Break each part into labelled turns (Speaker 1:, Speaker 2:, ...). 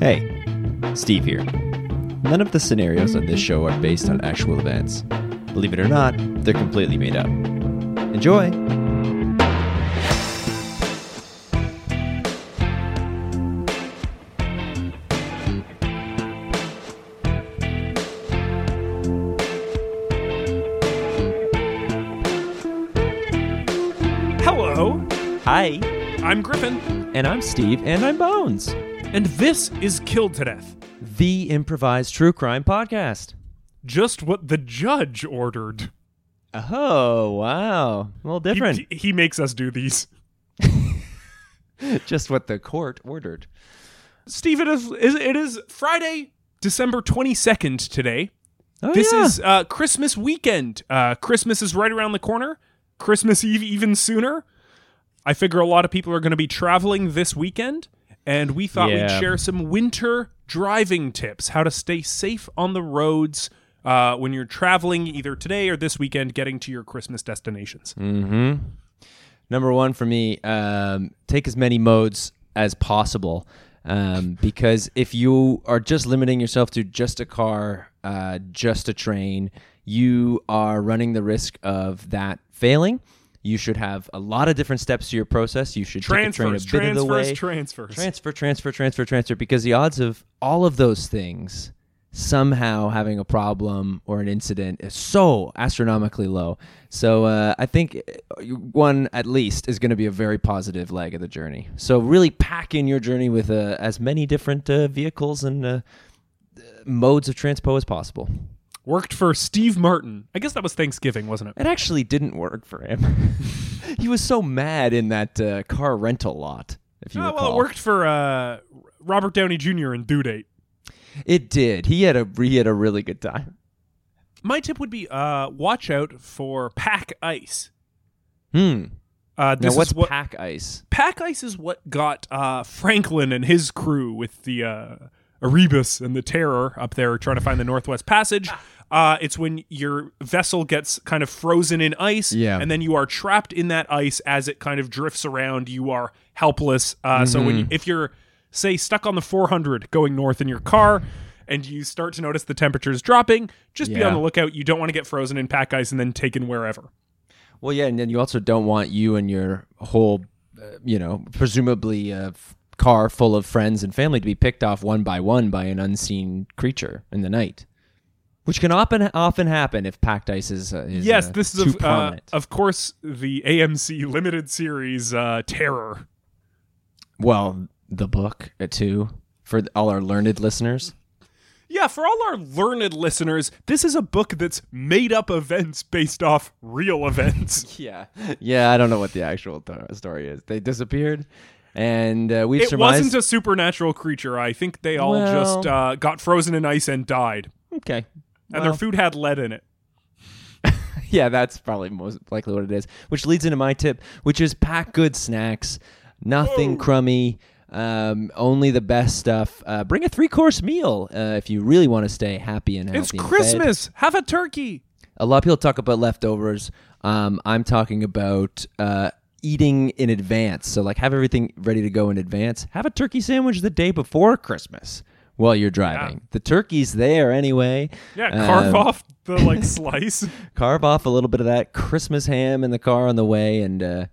Speaker 1: Hey, Steve here. None of the scenarios on this show are based on actual events. Believe it or not, they're completely made up. Enjoy!
Speaker 2: Hello,
Speaker 1: Hi,
Speaker 2: I'm Griffin,
Speaker 1: and I'm Steve, and I'm Bones,
Speaker 2: and this is Killed to Death.
Speaker 1: the improvised true crime podcast.
Speaker 2: Just what the judge ordered.
Speaker 1: Oh, wow. Well,
Speaker 2: He,
Speaker 1: different.
Speaker 2: he makes us do these.
Speaker 1: Just what the court ordered.
Speaker 2: Steve, it is, is- it is Friday, December 22nd today.
Speaker 1: Oh,
Speaker 2: This
Speaker 1: yeah.
Speaker 2: is uh, Christmas weekend. Uh, Christmas is right around the corner, Christmas Eve even sooner. I figure a lot of people are going to be traveling this weekend, and we thought
Speaker 1: Yeah.
Speaker 2: we'd share some winter driving tips how to stay safe on the roads. Uh, when you're traveling either today or this weekend, getting to your Christmas destinations.
Speaker 1: Mm, Number one for me, um, take as many modes as possible. Um, because if you are just limiting yourself to just a car, uh, just a train, you are running the risk of that failing. You should have a lot of different steps to your process. You should
Speaker 2: Transfers,
Speaker 1: take a train a bit of the
Speaker 2: transfers,
Speaker 1: way.
Speaker 2: transfers.
Speaker 1: transfer, transfer, transfer, transfer. Because the odds of all of those things somehow having a problem or an incident is so astronomically low. So uh, I think uh, you- one at least is going to be a very positive leg of the journey. So really pack in your journey with uh, as many different uh, vehicles and uh, uh, modes of transpo as possible.
Speaker 2: Worked for Steve Martin. I guess that was Thanksgiving, wasn't it?
Speaker 1: It actually didn't work for him. he was so mad in that uh, car rental lot. If you
Speaker 2: Oh, well,
Speaker 1: recall.
Speaker 2: it worked for uh, Robert Downey Jr. in Due Date.
Speaker 1: It did. He had a he had a really good time.
Speaker 2: My tip would be uh, watch out for pack ice.
Speaker 1: Hmm.
Speaker 2: Uh, this
Speaker 1: now, what's
Speaker 2: is what
Speaker 1: pack ice?
Speaker 2: pack ice is what got uh, Franklin and his crew with the uh, Erebus and the Terror up there trying to find the Northwest Passage. Uh, it's when your vessel gets kind of frozen in ice,
Speaker 1: Yeah.
Speaker 2: and then you are trapped in that ice as it kind of drifts around. You are helpless. Uh, So
Speaker 1: Mm-hmm.
Speaker 2: when you, if you're say stuck on the 400 going north in your car. And you start to notice the temperatures dropping. Just be
Speaker 1: Yeah.
Speaker 2: on the lookout. You don't want to get frozen in pack ice and then taken wherever.
Speaker 1: Well, yeah, and then you also don't want you and your whole, uh, you know, presumably uh, f- car full of friends and family to be picked off one by one by an unseen creature in the night, which can often often happen if packed ice is, uh, is
Speaker 2: Yes,
Speaker 1: uh,
Speaker 2: this is
Speaker 1: too
Speaker 2: of, uh,
Speaker 1: prominent.
Speaker 2: of course the AMC limited series uh, Terror.
Speaker 1: well, the book uh, too for th- all our learned listeners.
Speaker 2: Yeah, for all our learned listeners, this is a book that's made up events based off real events.
Speaker 1: Yeah, yeah, I don't know what the actual th- story is. They disappeared, and uh, we've
Speaker 2: it
Speaker 1: surmised.
Speaker 2: wasn't a supernatural creature. I think they all
Speaker 1: Well-
Speaker 2: just uh, got frozen in ice and died,
Speaker 1: okay,
Speaker 2: and
Speaker 1: Well.
Speaker 2: their food had lead in it.
Speaker 1: yeah, that's probably most likely what it is. Which leads into my tip, which is pack good snacks, nothing crummy, um, only the best stuff. Uh, bring a three course meal uh, if you really want to stay happy and healthy.
Speaker 2: It's
Speaker 1: and fed.
Speaker 2: Christmas. Have a turkey.
Speaker 1: A lot of people talk about leftovers. Um, I'm talking about uh, eating in advance. So, like, have everything ready to go in advance. Have a turkey sandwich the day before Christmas while you're driving. The turkey's there anyway.
Speaker 2: Yeah, carve
Speaker 1: Um,
Speaker 2: off the like slice.
Speaker 1: carve off a little bit of that Christmas ham in the car on the way, and uh,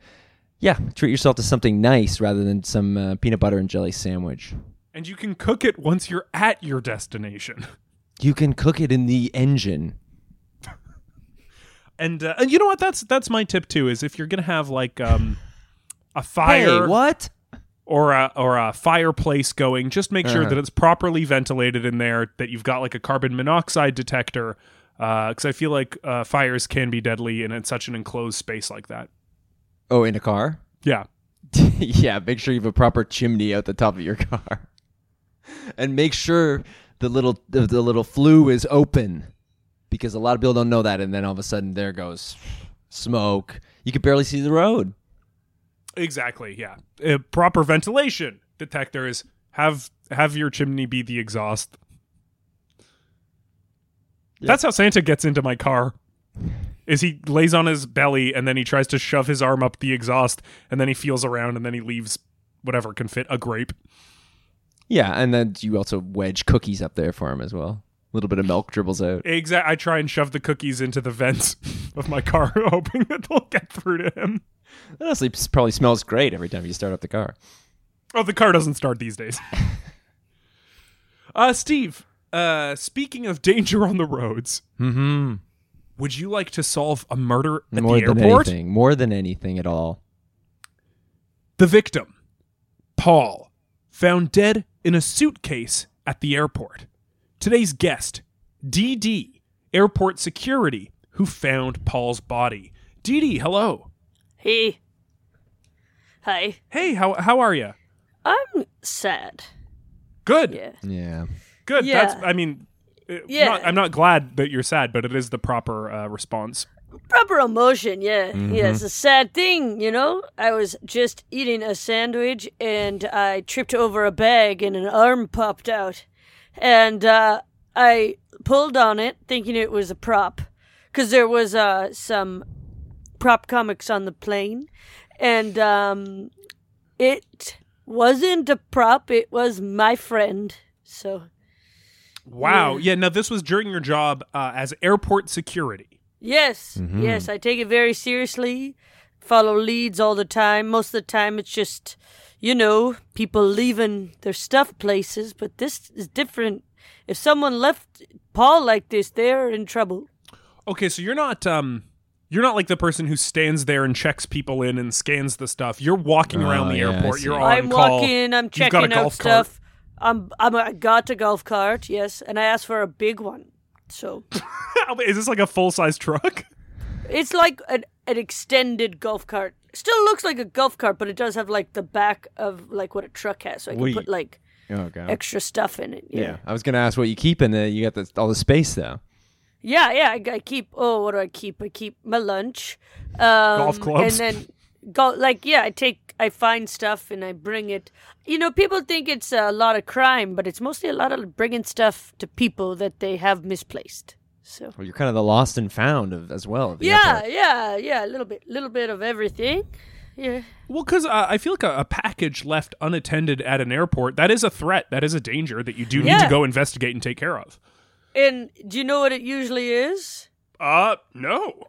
Speaker 1: yeah, treat yourself to something nice rather than some uh, peanut butter and jelly sandwich.
Speaker 2: And you can cook it once you're at your destination.
Speaker 1: You can cook it in the engine.
Speaker 2: And uh, and you know what? That's that's my tip too. Is if you're gonna have like um a fire
Speaker 1: Hey, what?
Speaker 2: or a or a fireplace going, just make sure
Speaker 1: Uh-huh.
Speaker 2: that it's properly ventilated in there. That you've got like a carbon monoxide detector. Because I feel like uh, fires can be deadly in such an enclosed space like that.
Speaker 1: Oh, in a car?
Speaker 2: Yeah.
Speaker 1: yeah, make sure you have a proper chimney out the top of your car, and make sure the little the, the little flue is open, because a lot of people don't know that, and then all of a sudden there goes smoke. You could barely see the road.
Speaker 2: Exactly. Yeah. Uh, proper ventilation detectors. Have have your chimney be the exhaust. That's how Santa gets into my car. Is he lays on his belly and then he tries to shove his arm up the exhaust and then he feels around and then he leaves whatever can fit a grape.
Speaker 1: Yeah, and then you also wedge cookies up there for him as well. A little bit of milk dribbles out.
Speaker 2: Exact. I try and shove the cookies into the vents of my car, hoping that they'll get through to him.
Speaker 1: Honestly, it probably smells great every time you start up the car.
Speaker 2: Oh, the car doesn't start these days. uh, Steve. Uh, speaking of danger on the roads,
Speaker 1: Mm-hmm.
Speaker 2: would you like to solve a murder at
Speaker 1: More
Speaker 2: the
Speaker 1: than
Speaker 2: airport?
Speaker 1: anything, more than anything at all.
Speaker 2: The victim, Paul, found dead in a suitcase at the airport. Today's guest, DD, airport security, who found Paul's body. DD, hello.
Speaker 3: Hey. Hi.
Speaker 2: Hey, how how are you?
Speaker 3: I'm sad.
Speaker 2: Good.
Speaker 3: Yeah.
Speaker 1: Yeah.
Speaker 2: Good.
Speaker 3: Yeah.
Speaker 2: That's I mean uh,
Speaker 3: Yeah.
Speaker 2: not- I'm not glad that you're sad, but it is the proper uh, response.
Speaker 3: Proper emotion, yeah. Yeah, it's a sad thing, you know? I was just eating a sandwich and I tripped over a bag and an arm popped out. And uh, I pulled on it thinking it was a prop. Because there was uh, some prop comics on the plane. And um, it wasn't a prop, it was my friend. So,
Speaker 2: Wow. Yeah. Now this was during your job uh, as airport security.
Speaker 3: Yes,
Speaker 2: Mm-hmm.
Speaker 3: yes, I take it very seriously. Follow leads all the time. Most of the time, it's just, you know, people leaving their stuff places. But this is different. If someone left Paul like this, they're in trouble.
Speaker 2: Okay, so you're not um you're not like the person who stands there and checks people in and scans the stuff. You're walking around
Speaker 1: Oh,
Speaker 2: the
Speaker 1: yeah, I
Speaker 2: airport.
Speaker 1: see.
Speaker 2: You're on
Speaker 3: I'm
Speaker 2: call.
Speaker 3: walking. I'm
Speaker 2: You've got a
Speaker 3: checking out
Speaker 2: golf cart.
Speaker 3: stuff. I'm, I'm. I got a golf cart. Yes, and I asked for a big one. So
Speaker 2: Is this like a full size truck?
Speaker 3: it's like an an extended golf cart. Still looks like a golf cart, but it does have like the back of like what a truck has. So I can
Speaker 1: Wait.
Speaker 3: put like
Speaker 1: Oh god.
Speaker 3: extra stuff in it.
Speaker 1: yeah. I was gonna ask what you keep in there. You got the, all the space though.
Speaker 3: Yeah, yeah. I, I keep. Oh, what do I keep? I keep my lunch, um,
Speaker 2: Golf clubs.
Speaker 3: and then go. Like, yeah, I take. I find stuff and I bring it. You know, people think it's a lot of crime, but it's mostly a lot of bringing stuff to people that they have misplaced. So.
Speaker 1: Well, you're kind of the lost and found of as well. Of the
Speaker 3: Yeah,
Speaker 1: airport.
Speaker 3: yeah, yeah. A little bit, little bit of everything. Yeah.
Speaker 2: Well, because uh, I feel like a, a package left unattended at an airport that is a threat. That is a danger that you do need to
Speaker 3: Yeah.
Speaker 2: go investigate and take care of.
Speaker 3: And do you know what it usually is?
Speaker 2: Uh, no.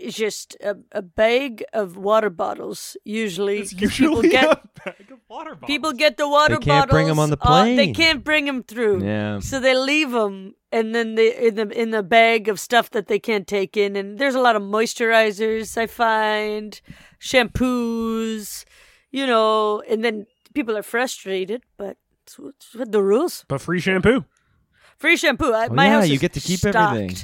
Speaker 3: It's just a, a bag of water bottles. Usually,
Speaker 2: It's
Speaker 3: 'cause
Speaker 2: usually
Speaker 3: people get
Speaker 2: a bag of water bottles.
Speaker 3: People get the water
Speaker 1: They can't
Speaker 3: bottles.
Speaker 1: bring 'em on the
Speaker 3: uh, they
Speaker 1: plane.
Speaker 3: can't bring them through.
Speaker 1: Yeah.
Speaker 3: So they leave them, and then they in the in the bag of stuff that they can't take in. And there's a lot of moisturizers I find, shampoos, you know. And then people are frustrated, but it's, it's what the rules.
Speaker 2: But free shampoo.
Speaker 3: Free shampoo. I,
Speaker 1: Oh,
Speaker 3: my
Speaker 1: yeah,
Speaker 3: house.
Speaker 1: you
Speaker 3: is
Speaker 1: get to keep
Speaker 3: stocked.
Speaker 1: everything.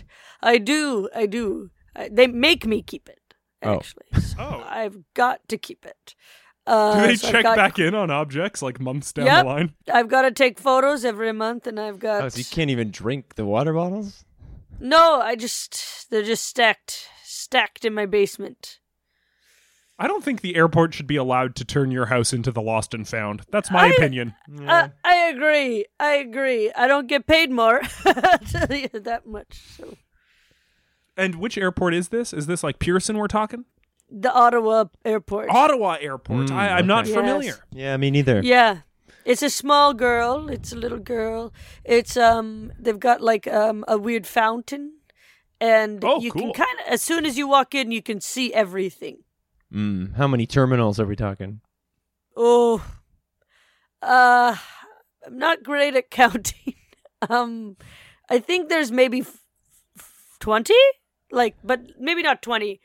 Speaker 3: I do. I do. I, they make me keep it.
Speaker 1: Oh.
Speaker 3: Actually, so
Speaker 2: Oh.
Speaker 3: I've got to keep it. Uh,
Speaker 2: Do they
Speaker 3: so I've
Speaker 2: check
Speaker 3: got-
Speaker 2: back in on objects like months down
Speaker 3: Yep.
Speaker 2: the line?
Speaker 3: I've got to take photos every month, and I've got
Speaker 1: Oh, so you can't even drink the water bottles.
Speaker 3: no. I just they're just stacked, stacked in my basement.
Speaker 2: I don't think the airport should be allowed to turn your house into the lost and found. That's my
Speaker 3: I-
Speaker 2: opinion.
Speaker 3: I, Uh, I agree. I agree. I don't get paid more I'll tell you that much. So
Speaker 2: And which airport is this? Is this like Pearson we're talking?
Speaker 3: the Ottawa airport.
Speaker 2: Ottawa Airport.
Speaker 1: Mm,
Speaker 2: I, I'm not
Speaker 3: okay.
Speaker 2: familiar.
Speaker 3: Yes.
Speaker 1: Yeah, me neither.
Speaker 3: Yeah. It's a small girl. It's a little girl. It's um they've got like um a weird fountain and
Speaker 2: Oh,
Speaker 3: you
Speaker 2: cool.
Speaker 3: can kind of as soon as you walk in you can see everything.
Speaker 1: Mm, how many terminals are we talking?
Speaker 3: Oh, uh, I'm not great at counting. um, I think there's maybe f- f- twenty, like, but maybe not twenty.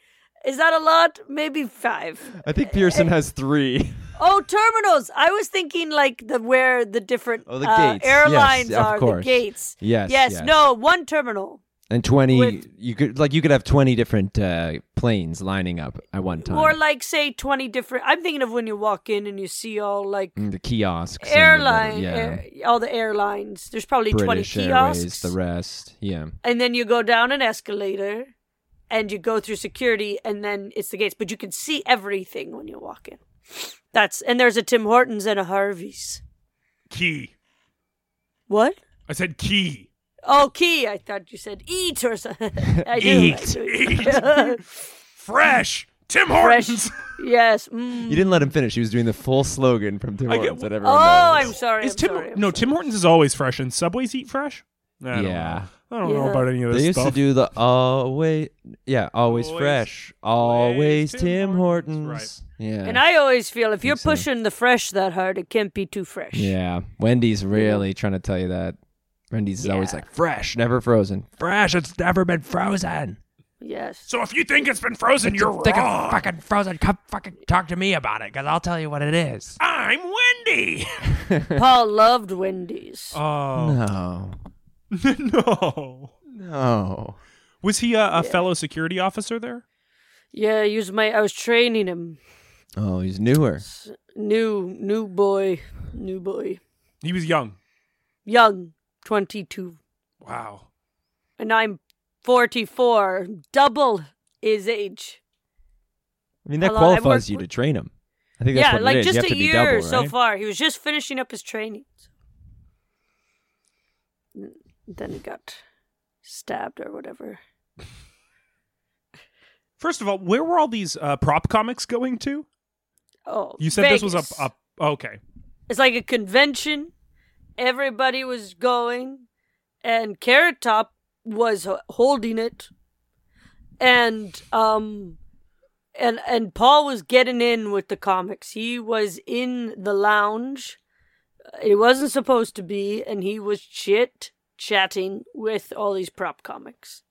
Speaker 3: Is that a lot? Maybe five.
Speaker 1: I think Pearson has three.
Speaker 3: Oh, terminals! I was thinking like the where the different
Speaker 1: Oh, the
Speaker 3: uh,
Speaker 1: gates.
Speaker 3: airlines
Speaker 1: Yes, of
Speaker 3: are,
Speaker 1: course.
Speaker 3: the gates.
Speaker 1: Yes,
Speaker 3: yes.
Speaker 1: yes.
Speaker 3: No, one terminal.
Speaker 1: And twenty,
Speaker 3: With-
Speaker 1: you could like you could have twenty different uh, planes lining up at one time.
Speaker 3: Or like say twenty different. I'm thinking of when you walk in and you see all like
Speaker 1: Mm, the kiosks, and the-
Speaker 3: airline,
Speaker 1: yeah,
Speaker 3: air, all the airlines. There's probably
Speaker 1: British
Speaker 3: twenty
Speaker 1: Airways,
Speaker 3: kiosks. Mm.
Speaker 1: the rest. Yeah,
Speaker 3: and then you go down an escalator and you go through security and then it's the gates but you can see everything when you walk in that's and there's a tim hortons and a harvey's
Speaker 2: Key.
Speaker 3: what
Speaker 2: I said key.
Speaker 3: oh key i thought you said eat or something i do, I
Speaker 2: Eat.
Speaker 3: do.
Speaker 2: Eat. Fresh. Tim
Speaker 3: fresh.
Speaker 2: Hortons.
Speaker 3: yes. Mm.
Speaker 1: You didn't let him finish. He was doing the full slogan from Tim
Speaker 2: I get-
Speaker 1: Hortons that everyone
Speaker 3: Oh,
Speaker 1: knows.
Speaker 3: I'm sorry.
Speaker 2: Is
Speaker 3: I'm
Speaker 2: Tim
Speaker 3: sorry, I'm
Speaker 2: no
Speaker 3: sorry.
Speaker 2: Tim Hortons is always fresh and Subway's eat fresh. I don't
Speaker 1: Yeah.
Speaker 2: know. I don't know
Speaker 3: Yeah.
Speaker 2: about any of this
Speaker 1: They used
Speaker 2: stuff.
Speaker 1: to do the always, yeah, always,
Speaker 2: Always-
Speaker 1: fresh,
Speaker 2: always
Speaker 1: always,
Speaker 2: Tim
Speaker 1: Tim,
Speaker 2: Hortons.
Speaker 1: Hortons.
Speaker 2: Right.
Speaker 1: Yeah.
Speaker 3: And I always feel if you're
Speaker 1: so.
Speaker 3: pushing the fresh that hard, it can't be too fresh.
Speaker 1: yeah. Wendy's really trying to tell you that. Wendy's is always
Speaker 3: Yeah.
Speaker 1: like fresh, never frozen. Fresh, it's never been frozen.
Speaker 3: Yes.
Speaker 2: so if you think it's been frozen, you're
Speaker 1: Think it's
Speaker 2: wrong.
Speaker 1: fucking frozen. Come fucking talk to me about it, cause I'll tell you what it is.
Speaker 2: I'm Wendy.
Speaker 3: Paul loved Wendy's.
Speaker 2: Oh
Speaker 1: No,
Speaker 2: no.
Speaker 1: no.
Speaker 2: Was he a, a fellow security officer there?
Speaker 3: yeah, use my. I was training him.
Speaker 1: Oh, he's newer.
Speaker 3: New, new boy, new boy,
Speaker 2: He was young.
Speaker 3: young, twenty-two,
Speaker 2: Wow.
Speaker 3: and I'm forty-four, double his age.
Speaker 1: I mean, that
Speaker 3: Although I
Speaker 1: qualifies
Speaker 3: work
Speaker 1: you to
Speaker 3: with-
Speaker 1: train him. I think that's
Speaker 3: yeah,
Speaker 1: what
Speaker 3: like
Speaker 1: it is.
Speaker 3: just
Speaker 1: you have
Speaker 3: a
Speaker 1: to be
Speaker 3: year
Speaker 1: double, right?
Speaker 3: so far. He was just finishing up his training. N- Then he got stabbed or whatever.
Speaker 2: First of all, where were all these uh, prop comics going to?
Speaker 3: Oh,
Speaker 2: You said this was
Speaker 3: Vegas.
Speaker 2: a, a okay.
Speaker 3: It's like a convention. Everybody was going, and Carrot Top was h- holding it, and um, and and Paul was getting in with the comics. He was in the lounge. It wasn't supposed to be, and he was chit chatting with all these prop comics.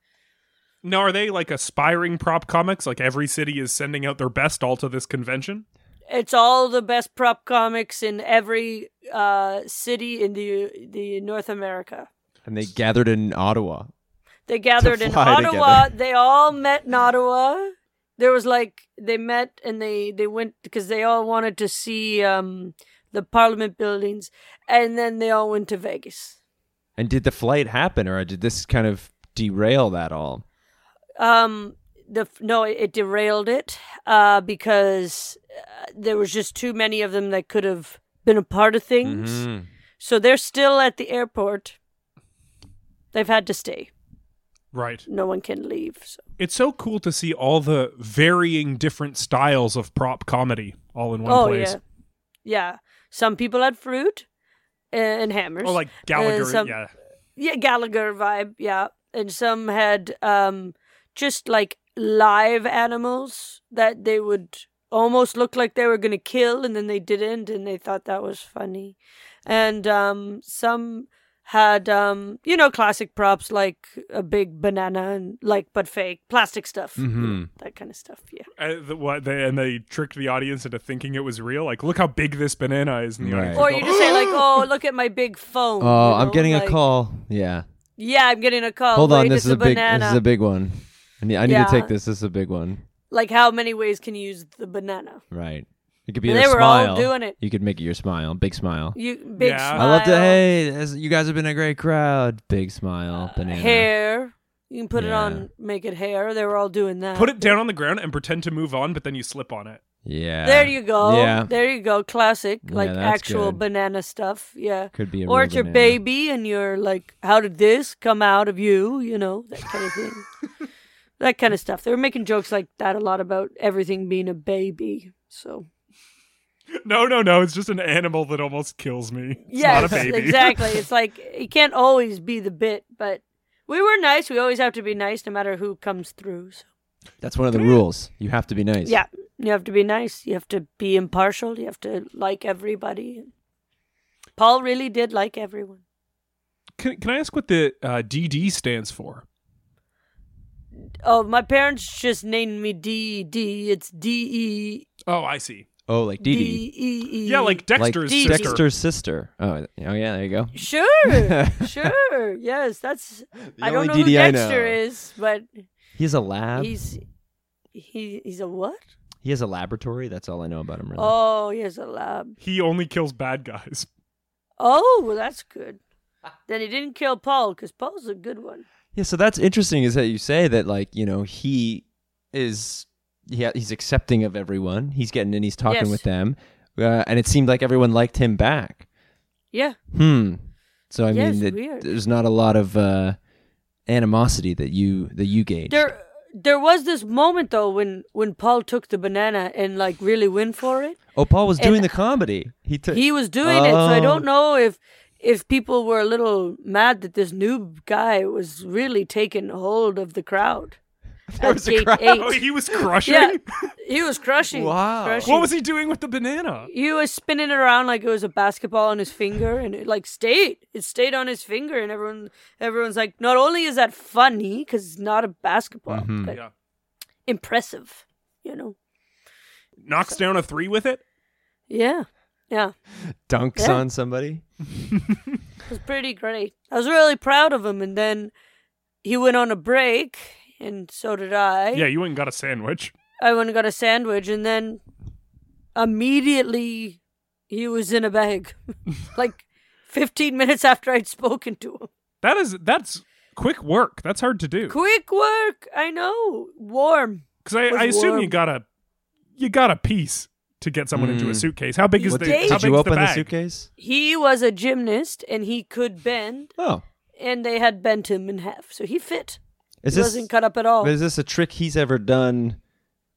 Speaker 2: Now are they like aspiring prop comics? Like every city is sending out their best all to this convention?
Speaker 3: It's all the best prop comics in every uh, city in the the North America.
Speaker 1: And they gathered in Ottawa.
Speaker 3: They gathered in
Speaker 1: fly
Speaker 3: Ottawa.
Speaker 1: together.
Speaker 3: They all met in Ottawa. There was like they met and they they went because they all wanted to see um the parliament buildings and then they all went to Vegas.
Speaker 1: And did the flight happen, or did this kind of derail that all?
Speaker 3: Um the no it, it derailed it uh because uh, there was just too many of them that could have been a part of things.
Speaker 1: Mm-hmm.
Speaker 2: Mm-hmm.
Speaker 3: So they're still at the airport. They've had to stay.
Speaker 2: Right.
Speaker 3: No one can leave. So
Speaker 2: It's so cool to see all the varying different styles of prop comedy all in one
Speaker 3: Oh
Speaker 2: place.
Speaker 3: yeah, yeah. Some people had fruit and hammers.
Speaker 2: Or Oh, like Gallagher,
Speaker 3: Uh, some-
Speaker 2: yeah.
Speaker 3: yeah, Gallagher vibe. Yeah, and some had um just like live animals that they would almost look like they were gonna kill, and then they didn't, and they thought that was funny. And um some had um you know classic props like a big banana and like but fake plastic stuff you know,
Speaker 1: Mhm.
Speaker 3: that kind of stuff yeah
Speaker 2: Uh, the, what they, and they tricked the audience into thinking it was real. Like, look how big this banana is. And the
Speaker 1: Right.
Speaker 2: audience
Speaker 3: or
Speaker 2: would
Speaker 3: you
Speaker 2: go,
Speaker 3: just say like oh look at my big phone
Speaker 1: Oh,
Speaker 3: you
Speaker 1: I'm
Speaker 3: know,
Speaker 1: getting a
Speaker 3: like-
Speaker 1: call. Yeah.
Speaker 3: Yeah, I'm getting a call.
Speaker 1: Hold
Speaker 3: Wait,
Speaker 1: on. This
Speaker 3: it's
Speaker 1: is a big.
Speaker 3: banana.
Speaker 1: This is a big one. I need, I need to
Speaker 3: Yeah.
Speaker 1: take this. This is a big one.
Speaker 3: Like, how many ways can you use the banana?
Speaker 1: Right. It could be
Speaker 3: And
Speaker 1: a
Speaker 3: they were all
Speaker 1: smile.
Speaker 3: doing it.
Speaker 1: You could make it your smile. Big smile.
Speaker 3: You big
Speaker 2: Yeah.
Speaker 1: I love to.
Speaker 3: smile,
Speaker 1: Hey, this- you guys have been a great crowd. Big
Speaker 3: Uh,
Speaker 1: smile. Oh, banana.
Speaker 3: hair. You can put it
Speaker 1: Yeah.
Speaker 3: on, make it hair. They were all doing that.
Speaker 2: Put it down on the ground and pretend to move on, but then you slip on it.
Speaker 1: Yeah.
Speaker 3: There you go.
Speaker 1: Yeah.
Speaker 3: There you go. Classic,
Speaker 1: Yeah,
Speaker 3: like
Speaker 1: that's
Speaker 3: actual
Speaker 1: good.
Speaker 3: banana stuff. Yeah.
Speaker 1: Could be a
Speaker 3: Or
Speaker 1: real
Speaker 3: it's your
Speaker 1: banana.
Speaker 3: baby, and you're like, "How did this come out of you?" You know that kind of thing. that kind of stuff. They were making jokes like that a lot about everything being a baby. So.
Speaker 2: No, no, no. It's just an animal that almost kills me. It's
Speaker 3: yes,
Speaker 2: not a baby.
Speaker 3: exactly. It's like it can't always be the bit, but we were nice. We always have to be nice, no matter who comes through. So,
Speaker 1: That's one of the rules. You have to be nice.
Speaker 3: yeah, you have to be nice. You have to be impartial. You have to like everybody. Paul really did like everyone.
Speaker 2: can, can I ask what the uh, DD stands for?
Speaker 3: Oh, my parents just named me D D. It's D E
Speaker 2: Oh, I see.
Speaker 1: Oh, like
Speaker 3: D
Speaker 1: Dee Dee.
Speaker 3: E E.
Speaker 2: Yeah, like Dexter's
Speaker 3: Dee Dee.
Speaker 2: sister.
Speaker 1: Dexter's sister. Oh, oh yeah. There you go.
Speaker 3: Sure, sure. Yes, that's. I don't know
Speaker 1: only
Speaker 3: who
Speaker 1: DD I
Speaker 3: Dexter
Speaker 1: know.
Speaker 3: is, but
Speaker 1: He's a lab.
Speaker 3: he's he he's a what?
Speaker 1: He has a laboratory. That's all I know about him. Really.
Speaker 3: Oh, he has a lab.
Speaker 2: He only kills bad guys.
Speaker 3: Oh, well, that's good. Then he didn't kill Paul because Paul's a good one.
Speaker 1: Yeah, so that's interesting is that you say that like, you know, he is yeah, he's accepting of everyone. He's getting in, he's talking
Speaker 3: Yes.
Speaker 1: with them. Uh, and it seemed like everyone liked him back.
Speaker 3: Yeah,
Speaker 1: Hmm. So I
Speaker 3: Yeah, it's
Speaker 1: mean, that
Speaker 3: weird.
Speaker 1: there's not a lot of uh animosity that you that you gauge.
Speaker 3: there there was this moment though when when Paul took the banana and like really went for it.
Speaker 1: Oh, Paul was doing the comedy. He took.
Speaker 3: He was doing it, so I
Speaker 1: Oh.
Speaker 3: don't know if if people were a little mad that this new guy was really taking hold of the crowd.
Speaker 1: There
Speaker 3: at
Speaker 1: was a
Speaker 3: gate
Speaker 1: crowd.
Speaker 3: eight.
Speaker 2: Oh, he was crushing.
Speaker 3: Yeah, he was crushing.
Speaker 1: Wow.
Speaker 3: crushing.
Speaker 2: What was he doing with the banana?
Speaker 3: He was spinning it around like it was a basketball on his finger, and it like stayed. It stayed on his finger, and everyone, everyone's like, not only is that funny because it's not a basketball, but
Speaker 2: Yeah.
Speaker 3: impressive, you know?
Speaker 2: Knocks down a three with it.
Speaker 3: Yeah, yeah,
Speaker 1: Dunks
Speaker 3: Yeah.
Speaker 1: on somebody.
Speaker 3: it was pretty great. I was really proud of him, and then he went on a break, and so did I.
Speaker 2: Yeah, you went and got a sandwich.
Speaker 3: I went and got a sandwich, and then immediately he was in a bag, like fifteen minutes after I'd spoken to him.
Speaker 2: That is that's quick work. That's hard to do.
Speaker 3: Quick work, I know. Warm.
Speaker 2: Because I,
Speaker 3: was
Speaker 2: I assume
Speaker 3: warm.
Speaker 2: you got a you got a piece to get someone into a
Speaker 1: Mm.
Speaker 2: suitcase. How big is
Speaker 1: What
Speaker 2: the?
Speaker 1: the-
Speaker 3: did
Speaker 2: how
Speaker 1: did
Speaker 2: big
Speaker 1: you
Speaker 2: is
Speaker 1: open
Speaker 2: the,
Speaker 1: the,
Speaker 2: bag?
Speaker 1: suitcase?
Speaker 3: He was a gymnast and he could bend,
Speaker 1: Oh,
Speaker 3: and they had bent him in half, so he fit.
Speaker 1: is
Speaker 3: he
Speaker 1: this
Speaker 3: wasn't cut up at all.
Speaker 1: but is this a trick he's ever done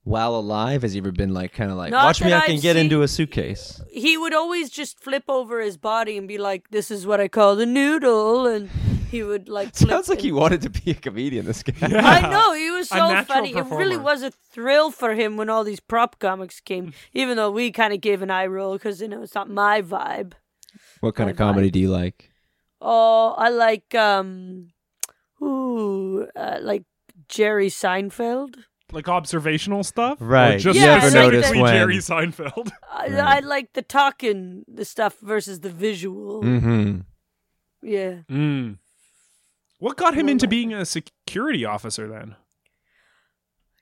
Speaker 1: while alive? Has he ever been like kind of like
Speaker 3: Not
Speaker 1: watch me?
Speaker 3: that
Speaker 1: I can
Speaker 3: I've
Speaker 1: get
Speaker 3: seen.
Speaker 1: into a suitcase.
Speaker 3: He would always just flip over his body and be like, "This is what I call the noodle," and he would like. flip
Speaker 1: Sounds like
Speaker 3: and-
Speaker 1: he wanted to be a comedian. This guy.
Speaker 3: I know he was
Speaker 2: A
Speaker 3: so
Speaker 2: natural
Speaker 3: funny. It really
Speaker 2: performer.
Speaker 3: was a thrill for him when all these prop comics came, even though we kind of gave an eye roll because you know it's not my vibe.
Speaker 1: What kind of
Speaker 3: Bye-bye.
Speaker 1: comedy do you like?
Speaker 3: Oh, I like um, ooh, uh, like Jerry Seinfeld.
Speaker 2: Like observational stuff, Or
Speaker 1: Right.
Speaker 2: just
Speaker 3: You ever
Speaker 2: specifically
Speaker 3: notice
Speaker 1: when-
Speaker 2: Jerry Seinfeld.
Speaker 3: I,
Speaker 1: Right.
Speaker 3: I like the talking, the stuff versus the visual.
Speaker 1: Mm-hmm.
Speaker 3: Yeah,
Speaker 1: Mm.
Speaker 2: What got him into being a security officer then?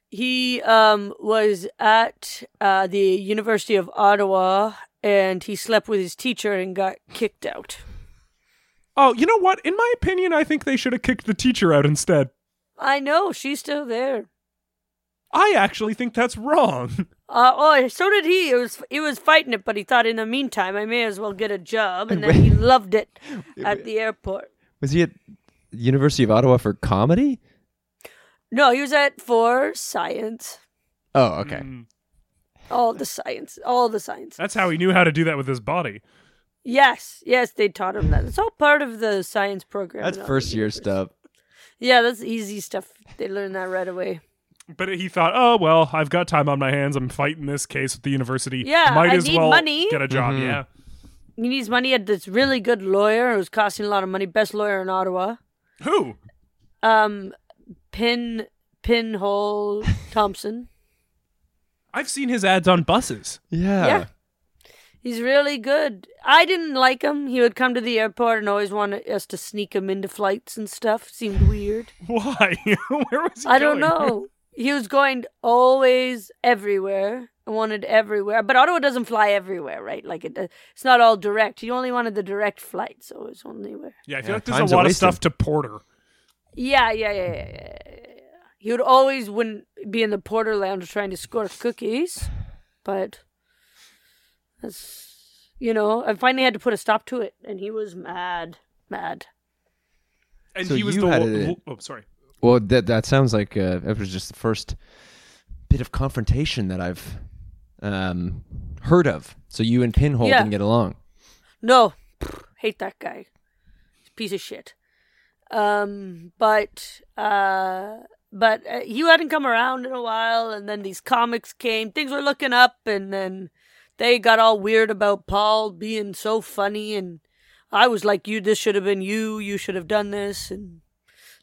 Speaker 3: he um was at uh, the University of Ottawa, and he slept with his teacher and got kicked out.
Speaker 2: Oh, you know what? In my opinion, I think they should have kicked the teacher out instead.
Speaker 3: I know she's still there.
Speaker 2: I actually think that's wrong.
Speaker 3: Uh, oh, so did he. It was he was fighting it, but he thought in the meantime I may as well get a job, and then he loved it at the airport.
Speaker 1: Was he at University of Ottawa for comedy?
Speaker 3: No, he was at for science,
Speaker 1: Oh, okay.
Speaker 3: Mm, all the science, all the science.
Speaker 2: Mm. That's how he knew how to do that with his body.
Speaker 3: Yes, yes, they taught him that. It's all part of the science program.
Speaker 1: That's
Speaker 3: at all
Speaker 1: first
Speaker 3: the
Speaker 1: year
Speaker 3: universities.
Speaker 1: stuff.
Speaker 3: Yeah, that's easy stuff. They learn that right away.
Speaker 2: But he thought, oh well, I've got time on my hands. I'm fighting this case with the university.
Speaker 3: Yeah,
Speaker 2: might
Speaker 3: I
Speaker 2: as
Speaker 3: need
Speaker 2: well
Speaker 3: money."
Speaker 2: get a job.
Speaker 1: Mhm.
Speaker 2: Yeah,
Speaker 3: He needs money at this really good lawyer who's costing a lot of money. Best lawyer in Ottawa.
Speaker 2: who?
Speaker 3: Um, pin pinhole Thompson.
Speaker 2: I've seen his ads on buses.
Speaker 1: Yeah.
Speaker 3: Yeah. He's really good. I didn't like him. He would come to the airport and always wanted us to sneak him into flights and stuff. Seemed weird.
Speaker 2: Why? Where was he?
Speaker 3: I don't
Speaker 2: going?
Speaker 3: know. He was going always everywhere. I wanted everywhere, but Ottawa doesn't fly everywhere, right? Like it, uh, it's not all direct. He only wanted the direct flight, so it was only where.
Speaker 2: Yeah, I feel
Speaker 1: Yeah,
Speaker 2: like there's
Speaker 1: times
Speaker 2: a
Speaker 1: are
Speaker 2: lot of
Speaker 1: wasted.
Speaker 2: stuff to Porter.
Speaker 3: Yeah, yeah, yeah, yeah, yeah, yeah. yeah. He would always wouldn't be in the porter lounge trying to score cookies, but that's you know. I finally had to put a stop to it, and he was mad, mad.
Speaker 2: And
Speaker 1: So
Speaker 2: he was
Speaker 1: you
Speaker 2: the
Speaker 1: had
Speaker 2: wo-
Speaker 1: it-
Speaker 2: wo- oh sorry.
Speaker 1: Well, that that sounds like uh, it was just the first bit of confrontation that I've um, heard of. So you and Pinhole
Speaker 3: Yeah.
Speaker 1: can get along.
Speaker 3: No, Pfft, hate that guy. He's a piece of shit. Um, but uh, but uh, he hadn't come around in a while, and then these comics came. Things were looking up, and then they got all weird about Paul being so funny, and I was like, "You, this should have been you. You should have done this." And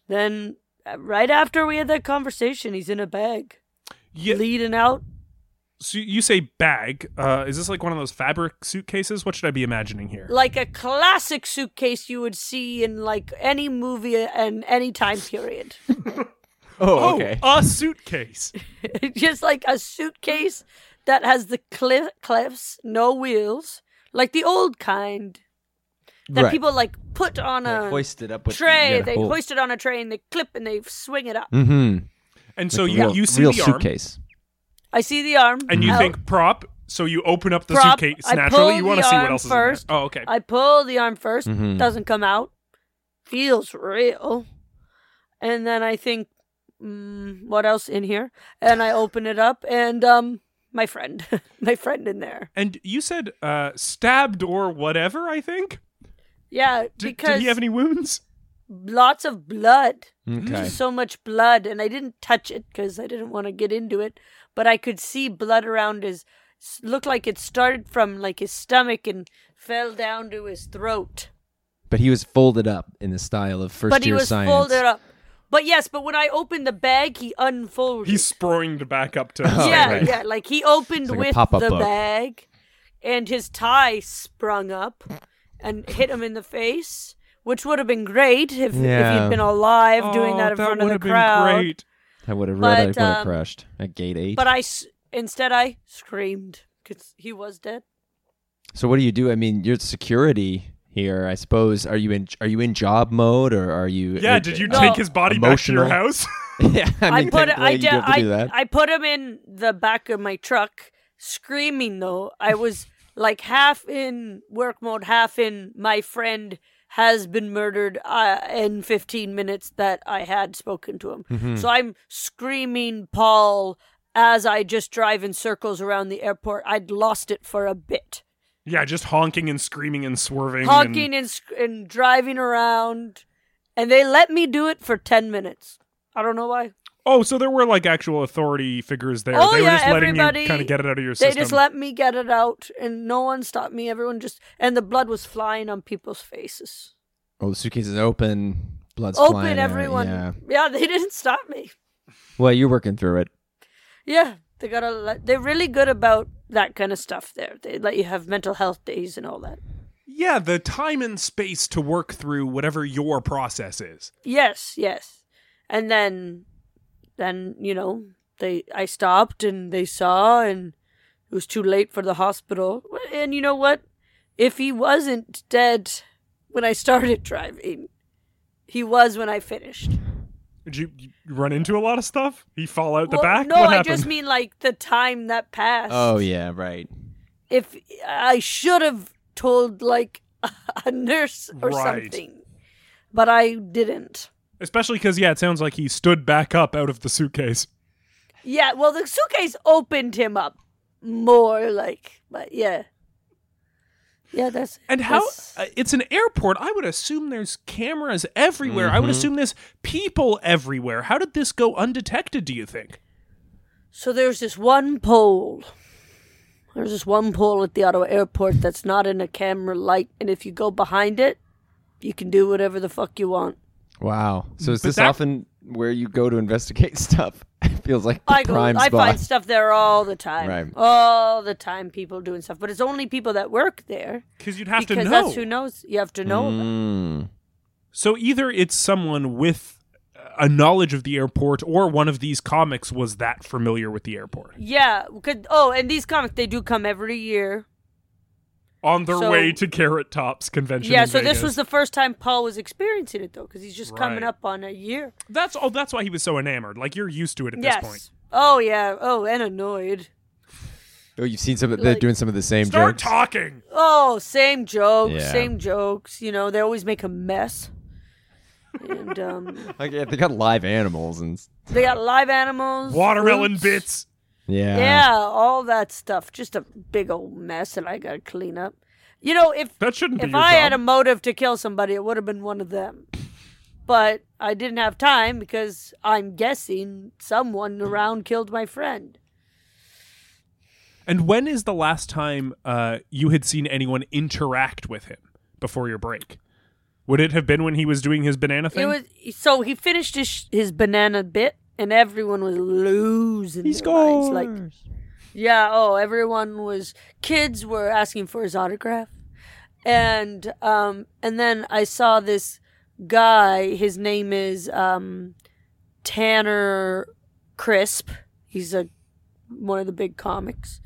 Speaker 3: then uh, right after we had that conversation, he's in a bag,
Speaker 2: Yeah,
Speaker 3: leading out.
Speaker 2: so you say bag. Uh, is this like one of those fabric suitcases? What should I be imagining here?
Speaker 3: like a classic suitcase you would see in like any movie and any time period.
Speaker 1: Oh, okay.
Speaker 2: a suitcase.
Speaker 3: Just like a suitcase that has the cli- cliffs, no wheels, like the old kind that
Speaker 1: Right.
Speaker 3: people like put on a
Speaker 1: hoisted up with
Speaker 3: tray. They
Speaker 1: Oh.
Speaker 3: hoist it on a tray and they clip and they swing it up.
Speaker 1: Mm-hmm.
Speaker 2: And so you, you see
Speaker 1: real
Speaker 2: the arm,
Speaker 1: suitcase.
Speaker 3: I see the arm.
Speaker 2: and you
Speaker 3: I'll-
Speaker 2: think prop. So you open up the
Speaker 3: Mm-hmm. Prop.
Speaker 2: suitcase
Speaker 3: I
Speaker 2: naturally.
Speaker 3: pull
Speaker 2: You want to
Speaker 3: the
Speaker 2: see what
Speaker 3: arm
Speaker 2: else is
Speaker 3: first.
Speaker 2: in there. Oh, okay.
Speaker 3: I pull the arm 1st
Speaker 1: Mhm.
Speaker 3: doesn't come out, feels real. And then I think, mm, what else in here? And I open it up, and um, my friend, my friend in there.
Speaker 2: And you said uh, stabbed or whatever, I think.
Speaker 3: Yeah,
Speaker 2: Did,
Speaker 3: because
Speaker 2: did he have any wounds?
Speaker 3: lots of blood.
Speaker 1: Mm-hmm.
Speaker 2: Mm-hmm.
Speaker 1: Okay.
Speaker 3: so much blood and i didn't touch it because i didn't want to get into it but i could see blood around his s- looked like it started from like his stomach and fell down to his throat
Speaker 1: But he was folded up in the style of first
Speaker 3: but he
Speaker 1: year
Speaker 3: was
Speaker 1: science.
Speaker 3: folded up but yes but when i opened the bag he unfolded
Speaker 2: He springed back up to.
Speaker 3: yeah
Speaker 1: right.
Speaker 3: yeah like he opened
Speaker 1: It's like a
Speaker 3: with
Speaker 1: pop-up
Speaker 3: the
Speaker 1: book.
Speaker 3: bag and his tie sprung up and hit him in the face which would have been great if, if
Speaker 1: Yeah.
Speaker 3: he'd been alive doing
Speaker 2: Oh,
Speaker 3: that in front of
Speaker 2: would
Speaker 3: the
Speaker 2: have been
Speaker 3: crowd
Speaker 2: great.
Speaker 1: I would have rather
Speaker 3: But,
Speaker 1: would have
Speaker 3: um,
Speaker 1: crushed at gate eight.
Speaker 3: But I s- instead I screamed because he was dead.
Speaker 1: so what do you do? I mean, your security here, I suppose. Are you in are you in job mode or are you?
Speaker 2: Yeah,
Speaker 1: are-
Speaker 2: did you
Speaker 1: uh,
Speaker 2: take his body back to your
Speaker 1: emotional?
Speaker 2: house?
Speaker 1: yeah, I mean,
Speaker 3: put
Speaker 1: technically
Speaker 3: I,
Speaker 1: you
Speaker 3: de-
Speaker 1: do have to
Speaker 3: I,
Speaker 1: do that.
Speaker 3: I put him in the back of my truck, screaming though. I was like half in work mode, half in my friend has been murdered uh, in 15 minutes that I had spoken to him.
Speaker 1: Mm-hmm.
Speaker 3: So I'm screaming Paul as I just drive in circles around the airport. I'd lost it for a bit.
Speaker 2: yeah, just honking and screaming and swerving. and-
Speaker 3: honking and, sc- and driving around, and they let me do it for ten minutes. I don't know why.
Speaker 2: Oh, so there were like actual authority figures there.
Speaker 3: Oh,
Speaker 2: they were
Speaker 3: yeah,
Speaker 2: just letting
Speaker 3: everybody-
Speaker 2: you kind of get it out of your
Speaker 3: They
Speaker 2: system.
Speaker 3: just let me get it out, and no one stopped me. Everyone just and the blood was flying on people's faces.
Speaker 1: oh, the suitcase is open. Blood's
Speaker 3: Open
Speaker 1: flying out,
Speaker 3: everyone.
Speaker 1: Yeah.
Speaker 3: they didn't stop me.
Speaker 1: Well, you're working through it.
Speaker 3: Yeah, they got to let. They're really good about that kind of stuff. There, they let you have mental health days and all that.
Speaker 2: yeah, the time and space to work through whatever your process is.
Speaker 3: Yes, yes. And then then, you know, they I stopped and they saw and it was too late for the hospital. And you know what? If he wasn't dead when I started driving, he was when I finished.
Speaker 2: Did you, you run into a lot of stuff? He fall out the
Speaker 3: Well,
Speaker 2: back?
Speaker 3: No,
Speaker 2: what
Speaker 3: I
Speaker 2: happened?
Speaker 3: just mean like the time that passed.
Speaker 1: Oh yeah, right.
Speaker 3: If I should have told like a nurse or
Speaker 2: Right.
Speaker 3: something. But I didn't.
Speaker 2: Especially because, yeah, it sounds like he stood back up out of the suitcase.
Speaker 3: Yeah, well, the suitcase opened him up more, like, but yeah, yeah, that's
Speaker 2: And how
Speaker 3: that's-
Speaker 2: uh, it's an airport. I would assume there's cameras everywhere. I would assume there's people everywhere. How did this go undetected, do you think?
Speaker 3: so there's this one pole. There's this one pole at the Ottawa airport that's not in a camera light, and if you go behind it, you can do whatever the fuck you want.
Speaker 1: Wow. So is
Speaker 2: Mm, But
Speaker 1: this
Speaker 2: that-
Speaker 1: often where you go to investigate stuff? It feels like the
Speaker 3: I go,
Speaker 1: prime
Speaker 3: I
Speaker 1: spot.
Speaker 3: find stuff there all the time,
Speaker 1: Right.
Speaker 3: all the time. People doing stuff, but it's only people that work there
Speaker 2: Because you'd have
Speaker 3: because
Speaker 2: to know. Mm-hmm.
Speaker 3: that's who knows. You have to know. about.
Speaker 1: Mm.
Speaker 2: So either it's someone with a knowledge of the airport or one of these comics was that familiar with the airport
Speaker 3: Yeah, could, oh, and these comics they do come every year.
Speaker 2: on their
Speaker 3: So-
Speaker 2: way to Carrot Top's convention.
Speaker 3: Yeah,
Speaker 2: in
Speaker 3: so this
Speaker 2: Vegas.
Speaker 3: was the first time Paul was experiencing it though, because he's just coming
Speaker 2: Right.
Speaker 3: up on a year.
Speaker 2: that's oh that's why he was so enamored. Like you're used to it at
Speaker 3: yes.
Speaker 2: this point.
Speaker 3: Oh yeah. Oh, and annoyed.
Speaker 1: Oh, you've seen some. of- They're
Speaker 3: Like-
Speaker 1: doing some of the same
Speaker 2: Start
Speaker 1: jokes.
Speaker 2: talking.
Speaker 3: Oh, same jokes,
Speaker 1: Yeah.
Speaker 3: same jokes. You know, they always make a mess. And um,
Speaker 1: Like, yeah, they got live animals and s-
Speaker 3: they got live animals,
Speaker 2: Watermelon
Speaker 3: fruits.
Speaker 2: bits.
Speaker 1: yeah.
Speaker 3: Yeah, all that stuff. Just a big old mess that I gotta clean up. You know, if
Speaker 2: That shouldn't be
Speaker 3: if
Speaker 2: your
Speaker 3: I
Speaker 2: job.
Speaker 3: had a motive to kill somebody, it would have been one of them. But I didn't have time because I'm guessing someone around killed my friend.
Speaker 2: And when is the last time uh, you had seen anyone interact with him before your break? Would it have been when he was doing his banana thing?
Speaker 3: It was so he finished his, his banana bit, and everyone was losing.
Speaker 1: He
Speaker 3: their minds.
Speaker 1: scores.
Speaker 3: Like, yeah, oh, everyone was. Kids were asking for his autograph, and um, and then I saw this guy. His name is um, Tanner Crisp. He's a one of the big comics.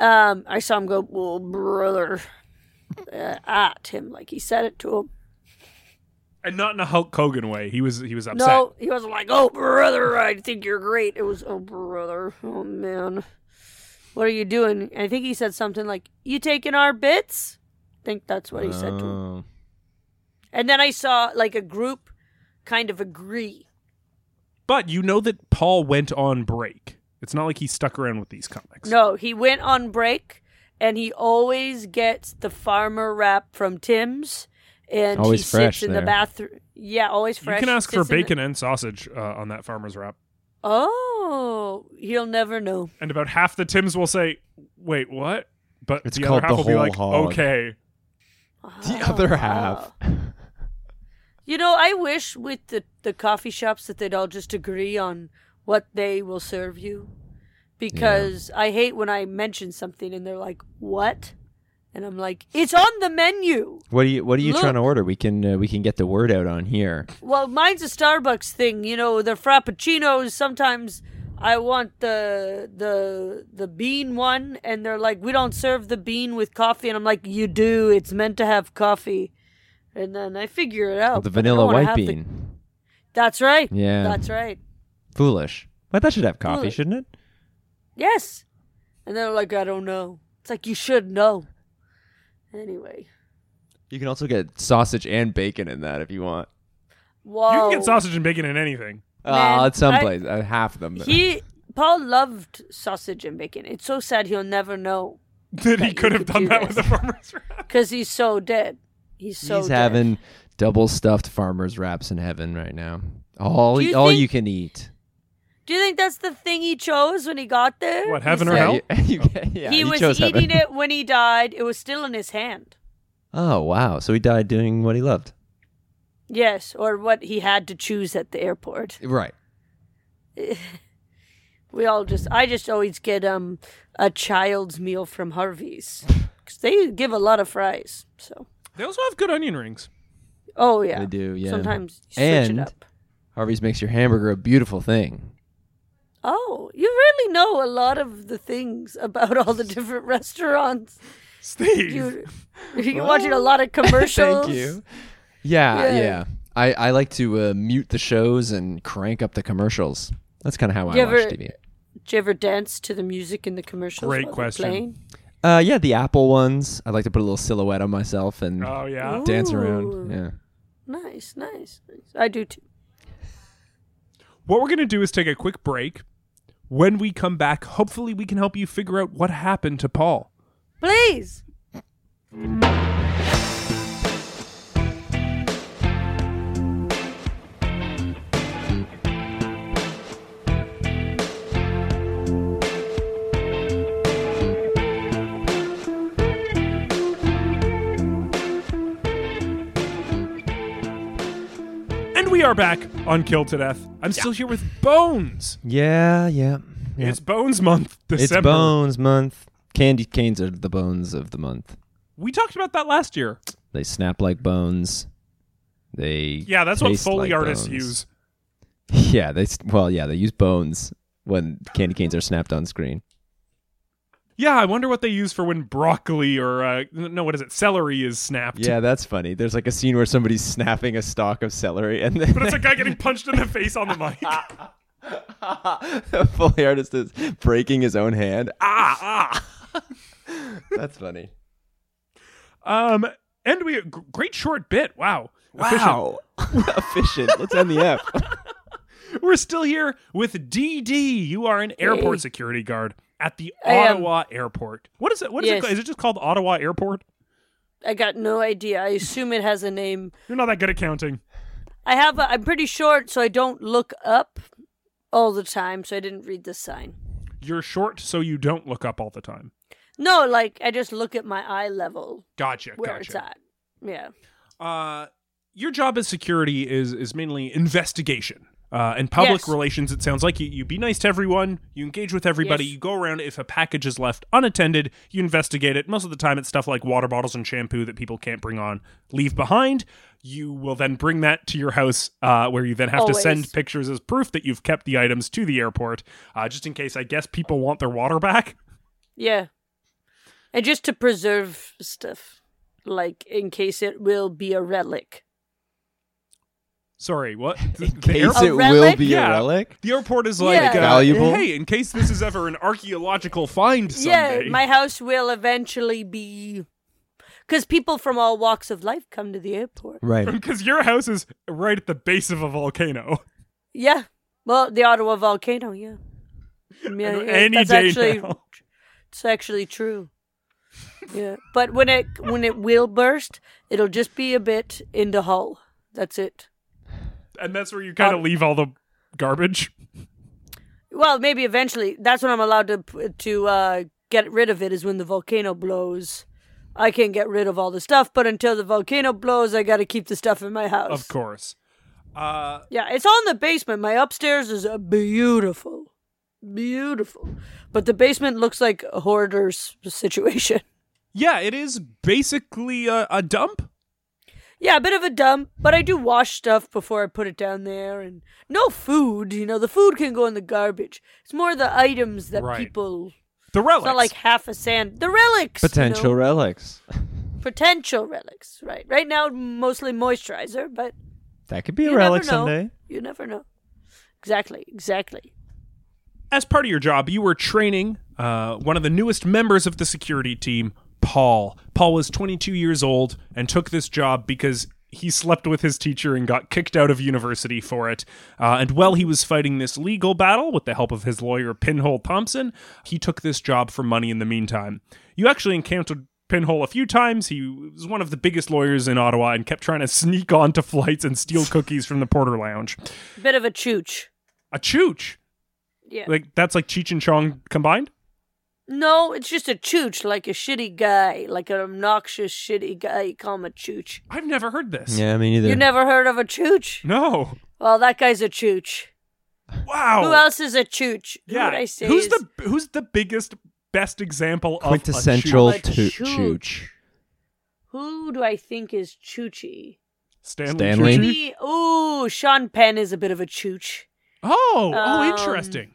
Speaker 3: Um, I saw him go, well, brother, uh, at him like he said it to him.
Speaker 2: and not in a Hulk Hogan way. He was he was upset.
Speaker 3: No, he wasn't like, oh, brother, I think you're great. It was, oh, brother, oh, man. What are you doing? I think he said something like, you taking our bits? I think that's what he said to him.
Speaker 1: Oh.
Speaker 3: And then I saw, like, a group kind of agree.
Speaker 2: But you know that Paul went on break. It's not like he stuck around with these comics.
Speaker 3: No, he went on break, and he always gets the farmer wrap from Tim's, and
Speaker 1: Always
Speaker 3: he
Speaker 1: fresh
Speaker 3: sits in
Speaker 1: there.
Speaker 3: the bathroom. Yeah, always fresh.
Speaker 2: you can ask for
Speaker 3: Sits in the-
Speaker 2: bacon and sausage uh, on that farmer's wrap.
Speaker 3: Oh, he'll never know.
Speaker 2: And about half the Tims will say, "Wait, what?" But
Speaker 1: It's
Speaker 2: the other
Speaker 1: called
Speaker 2: half
Speaker 1: the
Speaker 2: will be
Speaker 1: whole
Speaker 2: like,
Speaker 1: hog.
Speaker 2: "Okay."
Speaker 1: The
Speaker 3: Oh,
Speaker 1: other
Speaker 3: wow.
Speaker 1: half.
Speaker 3: You know, I wish with the, the coffee shops that they'd all just agree on what they will serve you. Because I hate when I mention something and they're like, what? And I'm like, it's on the menu.
Speaker 1: What are you What are you trying to
Speaker 3: Look. Oh,
Speaker 1: order? We can uh, we can get the word out on here.
Speaker 3: Well, mine's a Starbucks thing. You know, the frappuccinos. Sometimes I want the the the bean one, and they're like, "We don't serve the bean with coffee," and I'm like, "You do. It's meant to have coffee." And then I figure it out.
Speaker 1: the
Speaker 3: but I don't
Speaker 1: vanilla
Speaker 3: wanna
Speaker 1: white
Speaker 3: have the-
Speaker 1: bean.
Speaker 3: That's right.
Speaker 1: Yeah.
Speaker 3: That's right.
Speaker 1: Foolish. But that should have coffee,
Speaker 3: Foolish.
Speaker 1: shouldn't it?
Speaker 3: Yes. And they're like, "I don't know." It's like you should know. Anyway.
Speaker 1: You can also get sausage and bacon in that if you want.
Speaker 3: Whoa.
Speaker 2: You can
Speaker 3: Oh.
Speaker 2: get sausage and bacon in anything.
Speaker 3: Man,
Speaker 1: oh, it's some
Speaker 3: I-
Speaker 1: place. Uh, half of them.
Speaker 3: He Paul loved sausage and bacon. It's so sad he'll never know
Speaker 2: That
Speaker 3: Bet
Speaker 2: he
Speaker 3: you
Speaker 2: could have
Speaker 3: could
Speaker 2: done
Speaker 3: do
Speaker 2: that
Speaker 3: this.
Speaker 2: with the farmer's wrap.
Speaker 3: because he's so dead. He's so
Speaker 1: He's
Speaker 3: dead.
Speaker 1: having double stuffed farmers wraps in heaven right now. All
Speaker 3: Do you
Speaker 1: all
Speaker 3: think-
Speaker 1: you can eat.
Speaker 3: Do you think that's the thing he chose when he got there?
Speaker 2: What, heaven or
Speaker 3: He
Speaker 2: hell?
Speaker 1: Yeah, you- you- yeah,
Speaker 3: he, was
Speaker 1: chose heaven.
Speaker 3: eating it when he died. It was still in his hand.
Speaker 1: Oh wow! So he died doing what he loved.
Speaker 3: Yes, or what he had to choose at the airport.
Speaker 1: Right.
Speaker 3: We all just, I just always get um a child's meal from Harvey's 'Cause they give a lot of fries. So,
Speaker 2: They also have good onion rings.
Speaker 3: oh yeah,
Speaker 1: They do, yeah.
Speaker 3: Sometimes you switch
Speaker 1: And-
Speaker 3: it up.
Speaker 1: Harvey's makes your hamburger a beautiful thing.
Speaker 3: Oh, you really know a lot of the things about all the different restaurants.
Speaker 2: Steve.
Speaker 3: You, you're watching a lot of commercials.
Speaker 1: Thank you. Yeah, yeah.
Speaker 3: Yeah.
Speaker 1: I, I like to uh, mute the shows and crank up the commercials. That's kind of how I
Speaker 3: You
Speaker 1: watch
Speaker 3: ever-
Speaker 1: TV.
Speaker 3: Did you ever dance to the music in the commercials?
Speaker 2: Great
Speaker 3: while they're
Speaker 2: question.
Speaker 3: Playing?
Speaker 1: Uh, yeah, the Apple ones. I like to put a little silhouette on myself and
Speaker 2: oh yeah.
Speaker 3: Ooh.
Speaker 1: dance
Speaker 3: Ooh.
Speaker 1: around. Yeah.
Speaker 3: Nice, nice, nice. I do too.
Speaker 2: What we're going to do is take a quick break. When we come back, hopefully we can help you figure out what happened to Paul.
Speaker 3: Please.
Speaker 2: And we are back on Kill to Death. I'm still here with Bones.
Speaker 1: Yeah, yeah. yeah.
Speaker 2: It's Bones month,
Speaker 1: It's
Speaker 2: December.
Speaker 1: Bones Month. Candy canes are the bones of the month.
Speaker 2: We talked about that last year.
Speaker 1: They snap like bones. They
Speaker 2: Yeah, that's what
Speaker 1: taste
Speaker 2: Foley
Speaker 1: like
Speaker 2: artists
Speaker 1: bones.
Speaker 2: use.
Speaker 1: Yeah, they s- well, yeah, they use bones when candy canes are snapped on screen.
Speaker 2: Yeah, I wonder what they use for when broccoli or uh, no, what is it? Celery is snapped.
Speaker 1: Yeah, that's funny. There's like a scene where somebody's snapping a stalk of celery, and then
Speaker 2: But it's a guy getting punched in the face on the mic. ah,
Speaker 1: the Foley artist is breaking his own hand.
Speaker 2: ah.
Speaker 1: That's funny. ah.
Speaker 2: Um, and we g- great short bit. Wow. Efficient.
Speaker 1: Efficient. Let's end the F.
Speaker 2: We're still here with DD. You are an airport
Speaker 3: Hey.
Speaker 2: security guard at the
Speaker 3: I am.
Speaker 2: Ottawa airport. What is it? What is it?
Speaker 3: Yes.
Speaker 2: called? Is it just called Ottawa Airport?
Speaker 3: I got no idea. I assume it has a name.
Speaker 2: You're not that good at counting.
Speaker 3: I have. A, I'm pretty short, so I don't look up all the time. So I didn't read the sign.
Speaker 2: You're short, so you don't look up all the time.
Speaker 3: No, like I just look at my eye level
Speaker 2: Gotcha.
Speaker 3: where
Speaker 2: gotcha.
Speaker 3: it's at. Yeah.
Speaker 2: Uh, your job as security is is mainly investigation uh, and public
Speaker 3: Yes.
Speaker 2: relations. It sounds like you, you be nice to everyone, you engage with everybody,
Speaker 3: Yes.
Speaker 2: you go around. If a package is left unattended, you investigate it. Most of the time, it's stuff like water bottles and shampoo that people can't bring on, leave behind. You will then bring that to your house, uh, where you then have to
Speaker 3: Always.
Speaker 2: send pictures as proof that you've kept the items to the airport, uh, just in case. I guess people want their water back.
Speaker 3: Yeah. And just to preserve stuff, like in case it will be a relic.
Speaker 2: Sorry, what?
Speaker 1: In
Speaker 2: The
Speaker 1: case
Speaker 3: A
Speaker 1: it will
Speaker 3: relic?
Speaker 1: be
Speaker 2: Yeah.
Speaker 1: a relic.
Speaker 2: The airport is like
Speaker 3: Yeah.
Speaker 2: uh,
Speaker 1: Valuable.
Speaker 2: Hey, in case this is ever an archaeological find someday.
Speaker 3: Yeah, my house will eventually be. Because people from all walks of life come to the airport.
Speaker 1: Right.
Speaker 2: because your house is right at the base of a volcano.
Speaker 3: Yeah. Well, the Ottawa volcano, yeah. yeah, yeah,
Speaker 2: Any
Speaker 3: that's
Speaker 2: day
Speaker 3: actually,
Speaker 2: now.
Speaker 3: It's actually true. Yeah, but when it when it will burst, it'll just be a bit in the hull. That's it.
Speaker 2: And that's where you
Speaker 3: Uh,
Speaker 2: kind of leave all the garbage.
Speaker 3: Well, maybe eventually. That's when I'm allowed to to uh, get rid of it. Is when the volcano blows. I can get rid of all the stuff, but until the volcano blows, I got to keep the stuff in my house.
Speaker 2: Of course. Uh,
Speaker 3: Yeah, it's all in the basement. My upstairs is uh, beautiful, beautiful, but the basement looks like a hoarder's situation.
Speaker 2: yeah, it is basically a, a dump.
Speaker 3: Yeah, a bit of a dump, but I do wash stuff before I put it down there, and no food. You know, the food can go in the garbage. It's more the items that
Speaker 2: Right.
Speaker 3: people.
Speaker 2: The relics.
Speaker 3: It's not like half a sand. The relics. you know.
Speaker 1: Potential relics.
Speaker 3: potential relics. Right. Right now, mostly moisturizer, but
Speaker 1: That could be a
Speaker 3: you
Speaker 1: relic
Speaker 3: never know.
Speaker 1: someday.
Speaker 3: You never know. Exactly. Exactly.
Speaker 2: as part of your job, you were training uh, one of the newest members of the security team, Paul. Paul was 22 years old and took this job because he slept with his teacher and got kicked out of university for it. Uh, and while he was fighting this legal battle with the help of his lawyer, Pinhole Thompson, he took this job for money in the meantime. You actually encountered Pinhole a few times. He was one of the biggest lawyers in Ottawa and kept trying to sneak onto flights and steal cookies from the porter lounge.
Speaker 3: Bit of a chooch.
Speaker 2: A chooch!
Speaker 3: Yeah.
Speaker 2: Like, that's like Cheech and Chong combined?
Speaker 3: no, it's just a chooch, like a shitty guy, like an obnoxious shitty guy. You call him a chooch.
Speaker 2: I've never heard this.
Speaker 1: Yeah, me neither.
Speaker 3: You never heard of a chooch?
Speaker 2: No.
Speaker 3: Well, that guy's a chooch.
Speaker 2: Wow.
Speaker 3: Who else is a chooch? Who
Speaker 2: Oh. Yeah.
Speaker 3: would I say
Speaker 2: who's
Speaker 3: is-
Speaker 2: the who's the biggest best example of a
Speaker 1: Quintessential
Speaker 2: choo-
Speaker 3: Of a
Speaker 1: to-
Speaker 3: chooch.
Speaker 1: chooch.
Speaker 3: Who do I think is choochy?
Speaker 2: Stanley?
Speaker 1: Stanley?
Speaker 2: Tucci?
Speaker 3: Maybe ooh, Sean Penn is a bit of a chooch.
Speaker 2: Oh, oh,
Speaker 3: Um,
Speaker 2: interesting.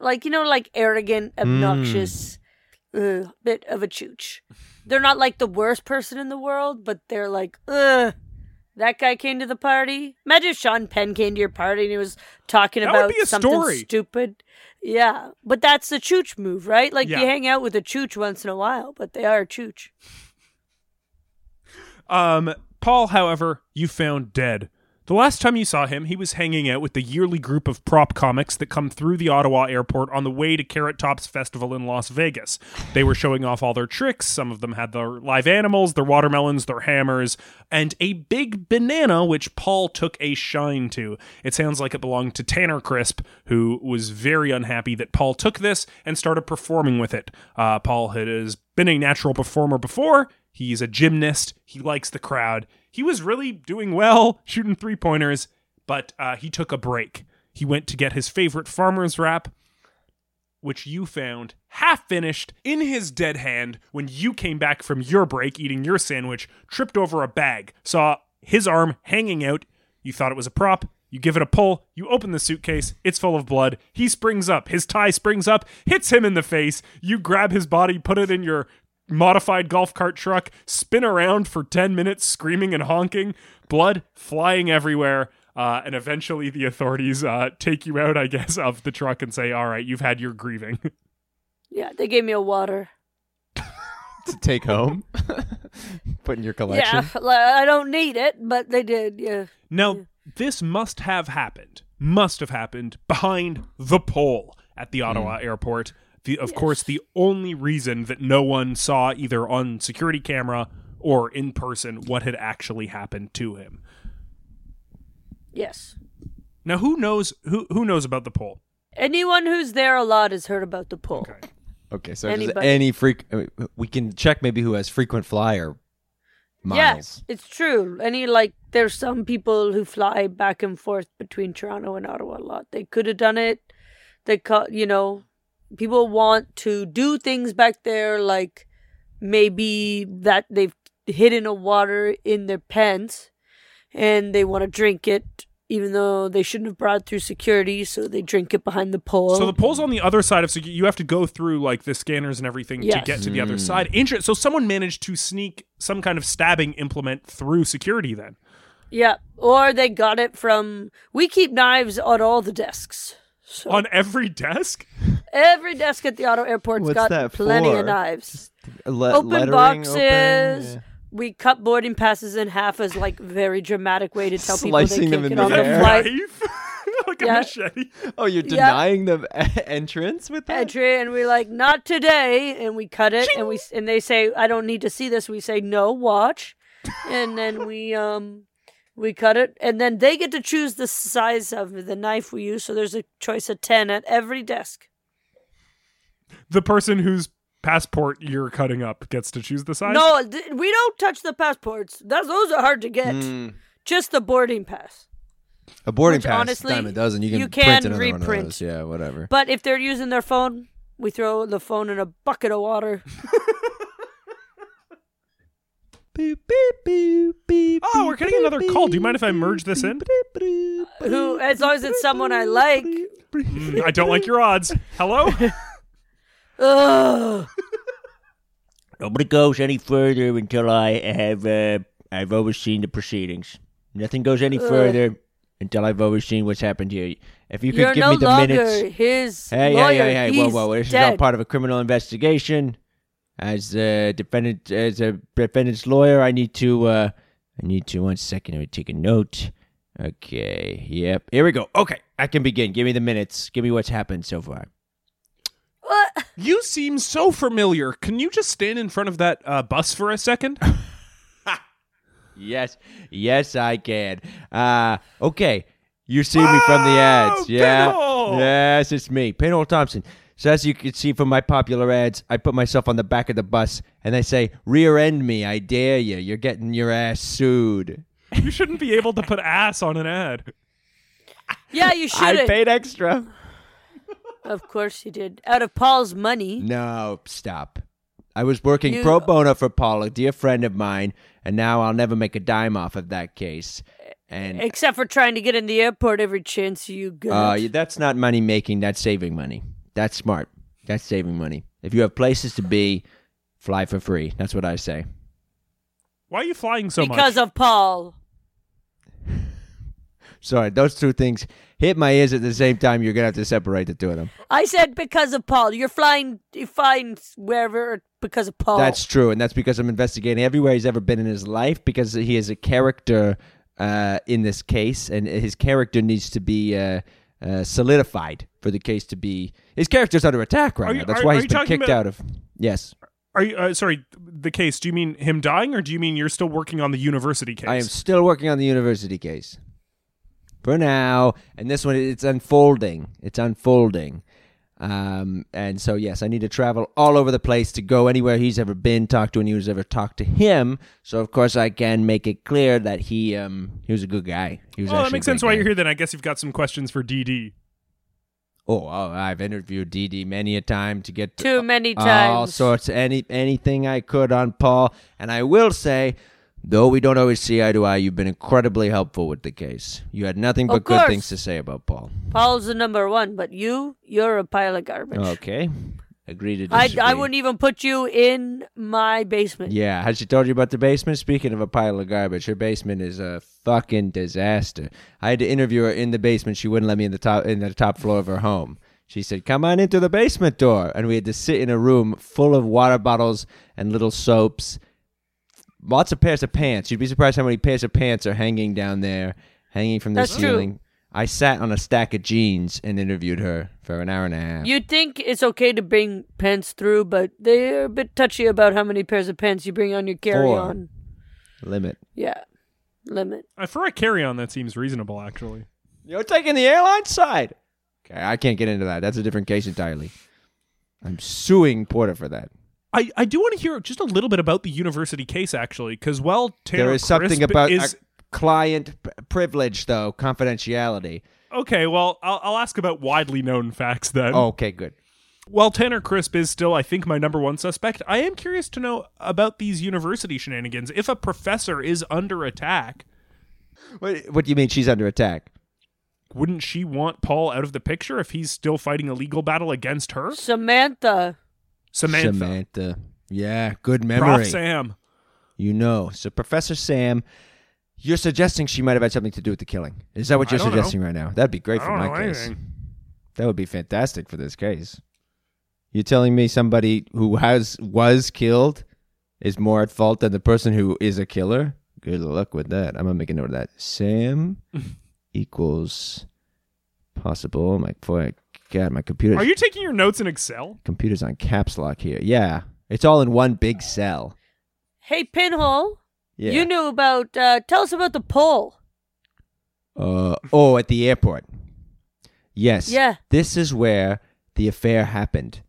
Speaker 3: Like you know, like arrogant, obnoxious,
Speaker 2: Mm.
Speaker 3: uh, bit of a chooch. They're not like the worst person in the world, but they're like, ugh. That guy came to the party. Imagine if Sean Penn came to your party and he was talking
Speaker 2: That would
Speaker 3: about
Speaker 2: be a
Speaker 3: something
Speaker 2: story.
Speaker 3: stupid. Yeah, but that's the chooch move, right? Like
Speaker 2: Yeah.
Speaker 3: you hang out with a chooch once in a while, but they are a chooch.
Speaker 2: Um, Paul, however, you found dead. The last time you saw him, he was hanging out with the yearly group of prop comics that come through the Ottawa airport on the way to Carrot Top's festival in Las Vegas. They were showing off all their tricks. Some of them had their live animals, their watermelons, their hammers, and a big banana, which Paul took a shine to. It sounds like it belonged to Tanner Crisp, who was very unhappy that Paul took this and started performing with it. Uh, Paul has been a natural performer before. He's a gymnast. He likes the crowd. He was really doing well, shooting three pointers, but uh, he took a break. He went to get his favorite farmer's wrap, which you found half finished in his dead hand when you came back from your break eating your sandwich, tripped over a bag, saw his arm hanging out. You thought it was a prop. You give it a pull. You open the suitcase. It's full of blood. He springs up. His tie springs up, hits him in the face. You grab his body, put it in your modified golf cart truck, spin around for 10 minutes, screaming and honking, blood flying everywhere. Uh, and eventually the authorities uh, take you out, I guess, of the truck and say, all right, you've had your grieving.
Speaker 3: Yeah, they gave me a water.
Speaker 1: to take home, put in your collection.
Speaker 3: Yeah, like, I don't need it, but they did. Yeah.
Speaker 2: Now, this must have happened, must have happened behind the pole at the Ottawa airport. The, of course, the only reason that no one saw either on security camera or in person what had actually happened to him.
Speaker 3: Yes.
Speaker 2: Now, who knows who who knows about the pole?
Speaker 3: Anyone who's there a lot has heard about the pull.
Speaker 1: Okay, so just
Speaker 3: Anybody.
Speaker 1: any freak, I mean, we can check maybe who has frequent flyer miles.
Speaker 3: Yes, it's true. Any like there's some people who fly back and forth between Toronto and Ottawa a lot. They could have done it. They caught you know, people want to do things back there like maybe that they've hidden a water in their pants and they want to drink it even though they shouldn't have brought it through security, so they drink it behind the pole.
Speaker 2: So the pole's on the other side of so you have to go through like the scanners and everything to
Speaker 3: Yes.
Speaker 2: get to the other side. Inter- so someone managed to sneak some kind of stabbing implement through security then.
Speaker 3: yeah, or they got it from we keep knives on all the desks. So
Speaker 2: On every desk?
Speaker 3: Every desk at the auto airport's
Speaker 1: What's
Speaker 3: got
Speaker 1: that
Speaker 3: plenty
Speaker 1: for?
Speaker 3: of knives.
Speaker 1: Le-
Speaker 3: open
Speaker 1: lettering
Speaker 3: boxes.
Speaker 1: open,
Speaker 3: We cut boarding passes in half as like very dramatic way to tell people they
Speaker 1: Slicing them
Speaker 3: can't get
Speaker 1: in
Speaker 3: on
Speaker 1: the
Speaker 3: the
Speaker 1: air.
Speaker 3: flight.
Speaker 2: Knife? like like a
Speaker 3: Yeah.
Speaker 2: machete.
Speaker 4: Oh, you're denying them e- entrance with that?
Speaker 3: entry and we like not today and we cut it and we and they say i don't need to see this we say no watch and then we um we cut it and then they get to choose the size of the knife we use so there's a choice of 10 at every desk
Speaker 2: The person whose passport you're cutting up gets to choose the size.
Speaker 3: no th- we don't touch the passports That's, those are hard to get
Speaker 1: Hmm.
Speaker 4: Mm.
Speaker 3: just the boarding pass
Speaker 4: A boarding
Speaker 3: Which,
Speaker 4: pass,
Speaker 3: honestly,
Speaker 4: dime a dozen. You can,
Speaker 3: you
Speaker 4: print
Speaker 3: can
Speaker 4: another one of
Speaker 3: reprint.
Speaker 4: those. Yeah, whatever.
Speaker 3: but if they're using their phone we throw the phone in a bucket of water
Speaker 4: Boop, boop, boop, boop,
Speaker 2: Oh, we're getting
Speaker 4: boop,
Speaker 2: another call. Do you
Speaker 4: boop,
Speaker 2: mind if I merge this in?
Speaker 4: boop, boop,
Speaker 3: who as long as it's someone i like
Speaker 2: Mm, I don't like your odds. Hello?
Speaker 3: ugh.
Speaker 1: Nobody goes any further until I have uh, I've overseen the proceedings. Nothing goes any
Speaker 3: Ugh.
Speaker 1: further until I've overseen what's happened here. If you could
Speaker 3: you're
Speaker 1: give
Speaker 3: no
Speaker 1: me the
Speaker 3: longer
Speaker 1: minutes.
Speaker 3: his
Speaker 1: Hey,
Speaker 3: lawyer.
Speaker 1: hey, hey, hey, whoa,
Speaker 3: He's
Speaker 1: whoa, this
Speaker 3: dead.
Speaker 1: is all part of a criminal investigation. As a defendant, as a defendant's lawyer, I need to, uh, I need to, one second, let me take a note. Okay, yep, here we go. Okay, I can begin. Give me the minutes. Give me what's happened so far.
Speaker 3: What?
Speaker 2: You seem so familiar. Can you just stand in front of that uh, bus for a second?
Speaker 1: Yes, yes, I can. Uh, okay, you see me from the ads. Yeah,
Speaker 2: Pinhole!
Speaker 1: yes, it's me, Pinhole Thompson. So as you can see from my popular ads, I put myself on the back of the bus and I say, "Rear end me, I dare you. You're getting your ass sued."
Speaker 2: you shouldn't be able to put ass on an ad.
Speaker 3: Yeah, you should
Speaker 1: I
Speaker 3: have.
Speaker 1: paid extra.
Speaker 3: Of course you did. Out of Paul's
Speaker 1: Mm.
Speaker 3: money.
Speaker 1: No, stop. I was working
Speaker 3: You-
Speaker 1: pro bono for Paul, a dear friend of mine, and now I'll never make a dime off of that case. And
Speaker 3: Except for trying to get in the airport every chance you get.
Speaker 1: Uh, y- that's not money making. That's saving money. That's smart. That's saving money. If you have places to be, fly for free. That's what I say.
Speaker 2: Why are you flying so
Speaker 3: because
Speaker 2: much?
Speaker 3: of Paul.
Speaker 1: Sorry, those two things hit my ears at the same time. You're gonna have to separate the two of them.
Speaker 3: I said because of Paul. You're flying you flying wherever because of
Speaker 2: Oh.
Speaker 3: Paul.
Speaker 1: That's true, and that's because I'm investigating everywhere he's ever been in his life because he is a character uh, in this case, and his character needs to be uh, uh, solidified for the case to be. His character's under attack right
Speaker 2: Are
Speaker 1: now.
Speaker 2: you-
Speaker 1: That's
Speaker 2: are-
Speaker 1: why
Speaker 2: are
Speaker 1: he's
Speaker 2: you
Speaker 1: been
Speaker 2: talking
Speaker 1: kicked out
Speaker 2: about-
Speaker 1: of. Yes.
Speaker 2: Are you uh, sorry? The case. Do you mean him dying, or do you mean you're still working on the university case?
Speaker 1: I am still working on the university case for now, and this one it's unfolding. It's unfolding, um, and so yes, I need to travel all over the place to go anywhere he's ever been, talk to anyone who's ever talked to him. So of course, I can make it clear that he um, he was a good guy. He was
Speaker 2: Well, Oh, that
Speaker 1: actually
Speaker 2: makes
Speaker 1: a
Speaker 2: sense.
Speaker 1: great
Speaker 2: Why
Speaker 1: guy.
Speaker 2: you're here? Then I guess you've got some questions for DD.
Speaker 1: Oh, oh, I've interviewed DD many a time to get
Speaker 3: Too many
Speaker 1: all
Speaker 3: times.
Speaker 1: sorts any anything I could on Paul, and I will say, though we don't always see eye to eye, you've been incredibly helpful with the case. You had nothing but
Speaker 3: Of
Speaker 1: good
Speaker 3: course.
Speaker 1: things to say about Paul.
Speaker 3: Paul's the number one, but you, you're a pile of garbage.
Speaker 1: Okay, agree to
Speaker 3: I,
Speaker 1: disagree.
Speaker 3: I wouldn't even put you in my basement.
Speaker 1: Yeah, has she told you about the basement? Speaking of a pile of garbage, her basement is a fucking disaster. I had to interview her in the basement. She wouldn't let me in the top in the top floor of her home. She said, "Come on into the basement door," and we had to sit in a room full of water bottles and little soaps, lots of pairs of pants. You'd be surprised how many pairs of pants are hanging down there, hanging from the
Speaker 3: That's true.
Speaker 1: ceiling. I sat on a stack of jeans and interviewed her for an hour and a half.
Speaker 3: You'd think it's okay to bring pants through, but they're a bit touchy about how many pairs of pants you bring on your carry on.
Speaker 1: Limit.
Speaker 3: Yeah. Limit.
Speaker 2: Uh, for a carry-on, that seems reasonable, actually.
Speaker 1: You're taking the airline side. Okay, I can't get into that. That's a different case entirely. I'm suing Porter for that.
Speaker 2: I, I do want to hear just a little bit about the university case, actually, because well, Tara
Speaker 1: there is something
Speaker 2: Crisp
Speaker 1: about
Speaker 2: is,
Speaker 1: a client p- privilege, though confidentiality.
Speaker 2: okay. Well, I'll, I'll ask about widely known facts then.
Speaker 1: Okay, good.
Speaker 2: While Tanner Crisp is still, I think, my number one suspect, I am curious to know about these university shenanigans. If a professor is under attack,
Speaker 1: What, what do you mean she's under attack?
Speaker 2: wouldn't she want Paul out of the picture if he's still fighting a legal battle against her?
Speaker 3: Samantha.
Speaker 2: Samantha.
Speaker 1: Samantha. Yeah, good
Speaker 2: Prof.
Speaker 1: memory.
Speaker 2: Sam.
Speaker 1: You know, so Professor Sam, you're suggesting she might have had something to do with the killing. Is that what
Speaker 2: I
Speaker 1: you're
Speaker 2: don't know.
Speaker 1: suggesting right now? That'd be great
Speaker 2: I
Speaker 1: for
Speaker 2: don't
Speaker 1: my
Speaker 2: know
Speaker 1: case.
Speaker 2: anything.
Speaker 1: That would be fantastic for this case. You're telling me somebody who has was killed is more at fault than the person who is a killer? Good luck with that. I'm gonna make a note of that. Sam equals possible. My boy, God, my computer
Speaker 2: Are you taking your notes in Excel?
Speaker 1: computer's on caps lock here. Yeah, it's all in one big cell.
Speaker 3: Hey, Pinhole,
Speaker 1: Yeah.
Speaker 3: you knew about. Uh, tell us about the poll.
Speaker 1: Uh, oh, at the airport. Yes.
Speaker 3: Yeah.
Speaker 1: This is where the affair happened.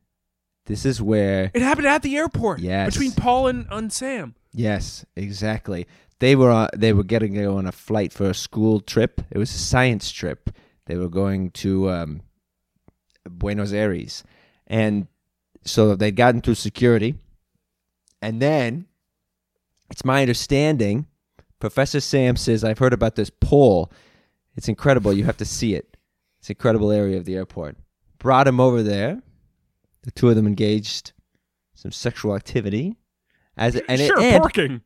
Speaker 1: This is where.
Speaker 2: It happened at the airport.
Speaker 1: Yes.
Speaker 2: Between Paul and, and Sam.
Speaker 1: Yes, exactly. They were uh, they were getting to go on a flight for a school trip. It was a science trip. They were going to um, Buenos Aires, and so they'd gotten through security, and then it's my understanding. Professor Sam says, "I've heard about this poll. It's incredible. You have to see it. It's an incredible area of the airport." Brought him over there. The two of them engaged some sexual activity. As and it-
Speaker 2: sure,
Speaker 1: and-
Speaker 2: parking.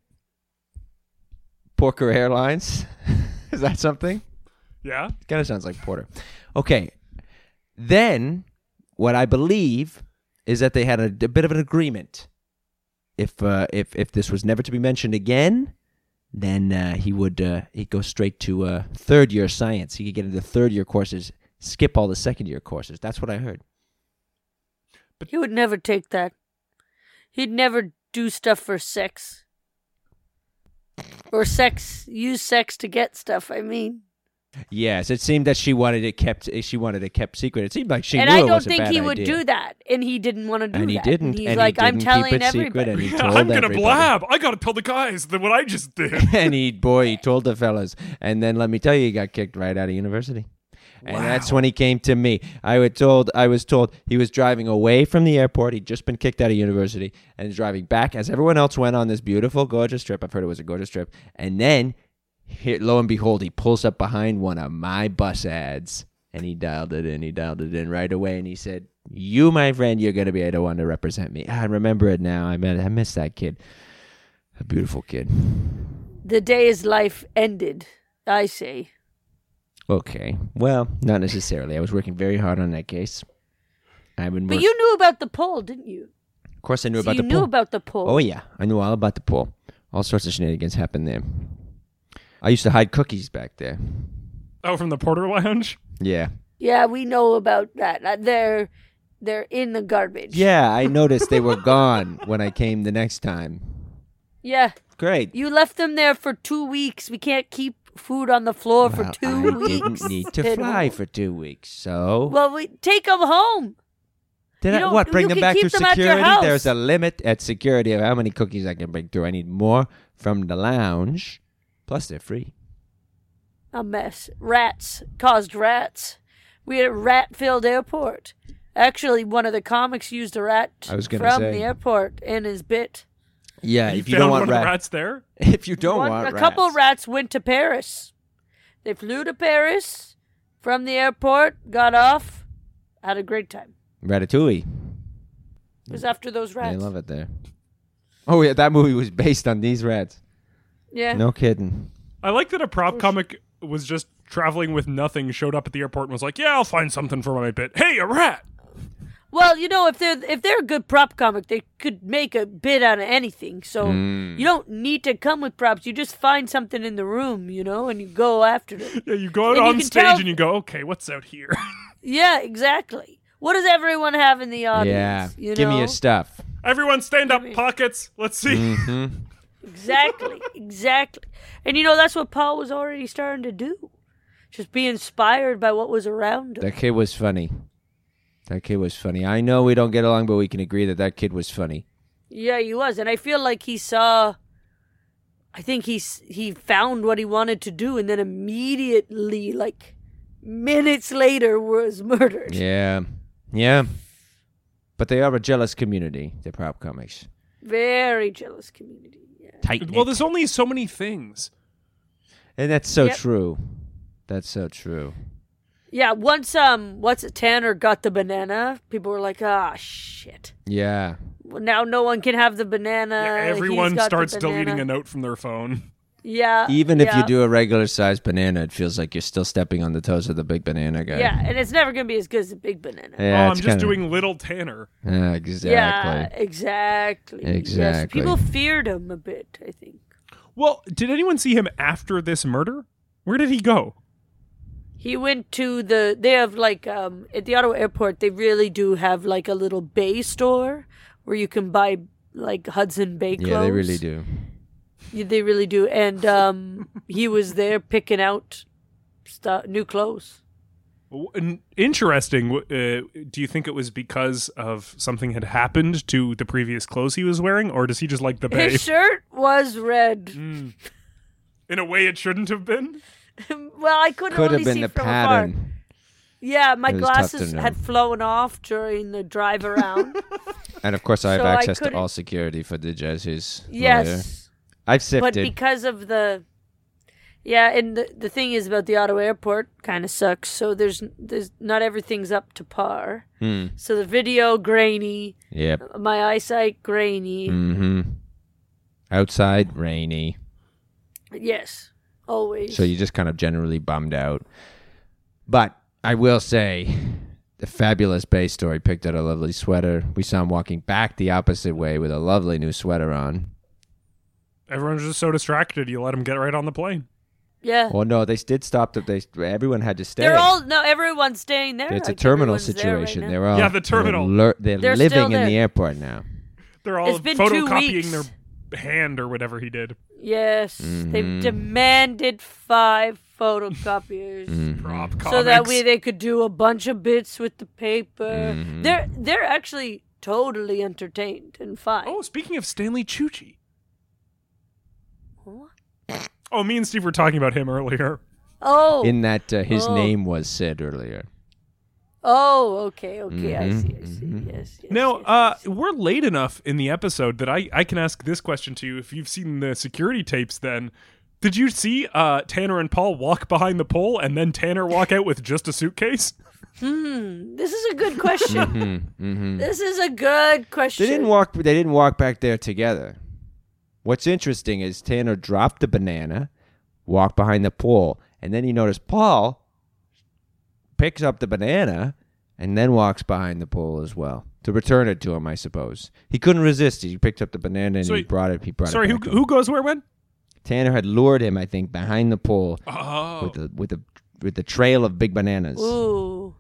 Speaker 1: Porker Airlines. Is that something?
Speaker 2: Yeah.
Speaker 1: Kind of sounds like Porter. Okay. Then what I believe is that they had a, d- bit of an agreement. If uh, if if this was never to be mentioned again, then uh, he would uh, he'd go straight to uh, third year science. He could get into third year courses, skip all the second year courses. That's what I heard.
Speaker 3: He would never take that. He'd never do stuff for sex. Or sex, use sex to get stuff, I mean.
Speaker 1: Yes, it seemed that she wanted it kept. She wanted it kept secret. It seemed like she
Speaker 3: and
Speaker 1: knew
Speaker 3: I
Speaker 1: it
Speaker 3: don't
Speaker 1: was a
Speaker 3: think
Speaker 1: bad
Speaker 3: he would
Speaker 1: idea.
Speaker 3: do that. And he didn't want to do
Speaker 1: And he
Speaker 3: that.
Speaker 1: didn't.
Speaker 3: he's
Speaker 1: and
Speaker 3: like,
Speaker 1: he
Speaker 3: I'm
Speaker 1: didn't
Speaker 3: telling
Speaker 1: keep it secret,
Speaker 3: everybody.
Speaker 1: and he
Speaker 2: Yeah,
Speaker 1: told
Speaker 2: I'm gonna
Speaker 1: everybody.
Speaker 2: blab. I gotta tell the guys that what I just did.
Speaker 1: and he boy he told the fellas and then let me tell you he got kicked right out of university and that's when he came to me i was told i was told he was driving away from the airport he'd just been kicked out of university and driving back as everyone else went on this beautiful gorgeous trip i've heard it was a gorgeous trip and then here, lo and behold he pulls up behind one of my bus ads and he dialed it in he dialed it in right away and he said you my friend you're going to be the one to represent me Ah, i remember it now i met, i miss that kid a beautiful kid
Speaker 3: The day his life ended, I say.
Speaker 1: Okay. Well, not necessarily. I was working very hard on that case. I've been
Speaker 3: But
Speaker 1: working.
Speaker 3: you knew about the poll, didn't you?
Speaker 1: Of course, I knew
Speaker 3: So
Speaker 1: about
Speaker 3: you
Speaker 1: the
Speaker 3: knew
Speaker 1: pool.
Speaker 3: about the poll.
Speaker 1: oh yeah, I knew all about the pool. All sorts of shenanigans happened there. I used to hide cookies back there.
Speaker 2: oh, from the Porter Lounge.
Speaker 1: Yeah.
Speaker 3: Yeah, we know about that. Uh, They're they're in the garbage.
Speaker 1: Yeah, I noticed they were gone when I came the next time.
Speaker 3: Yeah.
Speaker 1: Great.
Speaker 3: You left them there for two weeks. We can't keep food on the floor for
Speaker 1: Well,
Speaker 3: two
Speaker 1: I
Speaker 3: weeks.
Speaker 1: didn't need to
Speaker 3: Then-
Speaker 1: fly for two weeks, so
Speaker 3: Well, we take them home.
Speaker 1: did
Speaker 3: you
Speaker 1: I
Speaker 3: don't-
Speaker 1: what? Bring
Speaker 3: you
Speaker 1: them
Speaker 3: can
Speaker 1: back
Speaker 3: keep
Speaker 1: through
Speaker 3: them at your
Speaker 1: security. There's
Speaker 3: house.
Speaker 1: a limit at security of how many cookies I can bring through. I need more from the lounge. Plus, they're free.
Speaker 3: A mess. Rats caused rats. We had a rat-filled airport. Actually, one of the comics used a rat
Speaker 1: I was gonna
Speaker 3: from
Speaker 1: say.
Speaker 3: the airport in his bit.
Speaker 1: Yeah,
Speaker 2: You
Speaker 1: if you don't
Speaker 2: found
Speaker 1: want
Speaker 2: one of
Speaker 1: rat,
Speaker 2: the rats there.
Speaker 1: if you don't
Speaker 3: One-
Speaker 1: want
Speaker 3: a couple
Speaker 1: Oh, rats.
Speaker 3: rats went to Paris. They flew to Paris from the airport, got off, had a great time.
Speaker 1: Ratatouille.
Speaker 3: It was after those
Speaker 1: Mm. They
Speaker 3: rats.
Speaker 1: love it there. Oh yeah, that movie was based on these rats.
Speaker 3: Yeah.
Speaker 1: No kidding.
Speaker 2: I like that a prop comic was just traveling with nothing, showed up at the airport and was like, "Yeah, I'll find something for my bit." Hey, a rat.
Speaker 3: Well, you know, if they're if they're a good prop comic, they could make a bit out of anything. So
Speaker 1: Hmm.
Speaker 3: you don't need to come with props. You just find something in the room, you know, and you go after it.
Speaker 2: Yeah, you go out
Speaker 3: And you
Speaker 2: on
Speaker 3: can
Speaker 2: stage
Speaker 3: tell-
Speaker 2: and you go, "Okay, what's out here?"
Speaker 3: yeah, exactly. What does everyone have in the
Speaker 1: Yeah,
Speaker 3: audience? You
Speaker 1: give me
Speaker 3: know?
Speaker 1: your stuff.
Speaker 2: Everyone, stand up, pockets. Let's see.
Speaker 3: Exactly, exactly. And you know that's what Paul was already starting to do. Just be inspired by what was around him.
Speaker 1: That kid was funny. That kid was funny. I know we don't get along, but we can agree that that kid was funny.
Speaker 3: Yeah, he was, and I feel like he saw. I think he s- he found what he wanted to do, and then immediately, like minutes later, was murdered.
Speaker 1: Yeah, yeah. But they are a jealous community. The prop comics.
Speaker 3: Very jealous community. Yeah.
Speaker 1: Tight.
Speaker 2: Well, there's only so many things.
Speaker 1: and that's so
Speaker 3: Yep.
Speaker 1: true. That's so true.
Speaker 3: yeah. Once um, what's it, Tanner got the banana. People were like, ah, shit.
Speaker 1: Yeah.
Speaker 3: Well, Now no one can have the banana.
Speaker 2: Yeah,
Speaker 3: Uh, He's
Speaker 2: everyone
Speaker 3: got the
Speaker 2: starts deleting
Speaker 3: banana."
Speaker 2: a note from their phone.
Speaker 3: Yeah.
Speaker 1: Even if you
Speaker 3: Uh, yeah.
Speaker 1: do a regular sized banana, it feels like you're still stepping on the toes of the big banana guy.
Speaker 3: Yeah, and it's never gonna be as good as a big banana.
Speaker 1: Yeah,
Speaker 2: oh, I'm
Speaker 1: it's
Speaker 2: just
Speaker 1: kinda-
Speaker 2: doing little Tanner.
Speaker 1: Yeah, exactly.
Speaker 3: Yeah, exactly. Yes,
Speaker 1: Exactly.
Speaker 3: people feared him a bit, I think.
Speaker 2: Well, did anyone see him after this murder? Where did he go?
Speaker 3: He went to the. They have like um at the Ottawa airport. They really do have like a little Bay store where you can buy like Hudson Bay clothes.
Speaker 1: Yeah, they really do.
Speaker 3: Yeah, They really do. And um he was there picking out stuff, new clothes.
Speaker 2: W- n- Interesting. W- Uh, do you think it was because of something had happened to the previous clothes he was wearing, or does he just like the bay?
Speaker 3: His shirt was red.
Speaker 2: In a way, it shouldn't have been.
Speaker 3: well, I couldn't
Speaker 1: Could
Speaker 3: really
Speaker 1: have Mm. been
Speaker 3: see
Speaker 1: the
Speaker 3: from
Speaker 1: pattern.
Speaker 3: afar. Yeah, my
Speaker 1: It was tough to
Speaker 3: glasses
Speaker 1: know. Oh,
Speaker 3: had flown off during the drive around.
Speaker 1: And of course, I have
Speaker 3: So I
Speaker 1: access to
Speaker 3: couldn't-
Speaker 1: all security for the Jazzy's. lawyer.
Speaker 3: yes.
Speaker 1: I've
Speaker 3: but
Speaker 1: sifted.
Speaker 3: because of the yeah and the, the thing is about the ottawa airport kind of sucks so there's there's not everything's up to par
Speaker 1: Hmm.
Speaker 3: so the video grainy
Speaker 1: Yep.
Speaker 3: my eyesight grainy
Speaker 1: Mm-hmm. Outside, rainy.
Speaker 3: yes always
Speaker 1: So you're just kind of generally bummed out. But I will say, the fabulous Bay story picked out a lovely sweater. We saw him walking back the opposite way with a lovely new sweater on.
Speaker 2: Everyone was just so distracted. You let him get right on the plane.
Speaker 3: yeah
Speaker 1: Well, Oh, no, they did stop. That they everyone had to stay.
Speaker 3: Uh. they're all no everyone's staying there
Speaker 1: it's a
Speaker 3: like,
Speaker 1: terminal
Speaker 3: everyone's there right
Speaker 1: situation.
Speaker 3: now.
Speaker 1: they're all
Speaker 2: Yeah, the terminal.
Speaker 1: They're, lear- they're
Speaker 3: They're still
Speaker 1: living in
Speaker 3: there.
Speaker 1: the airport now.
Speaker 2: They're all
Speaker 3: It's been two
Speaker 2: photocopying
Speaker 3: weeks.
Speaker 2: their hand or whatever he did.
Speaker 3: yes
Speaker 1: Mhm.
Speaker 3: they've demanded five photocopiers
Speaker 1: Mm-hmm.
Speaker 2: Prop
Speaker 3: so that
Speaker 2: comics.
Speaker 3: way they could do a bunch of bits with the paper
Speaker 1: Mm-hmm.
Speaker 3: they're they're actually totally entertained and fine
Speaker 2: Oh, speaking of Stanley Chuchi. Oh, me and Steve were talking about him earlier.
Speaker 3: oh
Speaker 1: In that uh, his
Speaker 3: Oh.
Speaker 1: name was said earlier.
Speaker 3: Oh, okay, okay, I
Speaker 1: Mhm,
Speaker 3: see, I see. Yes, yes.
Speaker 2: Now,
Speaker 3: yes,
Speaker 2: uh,
Speaker 3: yes.
Speaker 2: we're late enough in the episode that I, I can ask this question to you. If you've seen the security tapes, then did you see uh, Tanner and Paul walk behind the pole and then Tanner walk out with just a suitcase?
Speaker 3: Hmm, this is a good
Speaker 2: Hmm,
Speaker 3: question.
Speaker 2: mm-hmm.
Speaker 3: This is a good question.
Speaker 1: Mm-hmm. They didn't walk. They didn't walk back there together. What's interesting is Tanner dropped the banana, walked behind the pole, and then he noticed Paul picks up the banana and then walks behind the pole as well to return it to him. I suppose he couldn't resist. He picked up the banana and
Speaker 2: So
Speaker 1: he
Speaker 2: he-
Speaker 1: brought it. He brought
Speaker 2: Sorry,
Speaker 1: it.
Speaker 2: who,
Speaker 1: back up.
Speaker 2: who goes where when?
Speaker 1: Tanner had lured him, I think, behind the pole
Speaker 2: Oh.
Speaker 1: with the with the with the trail of big bananas.
Speaker 3: Ooh,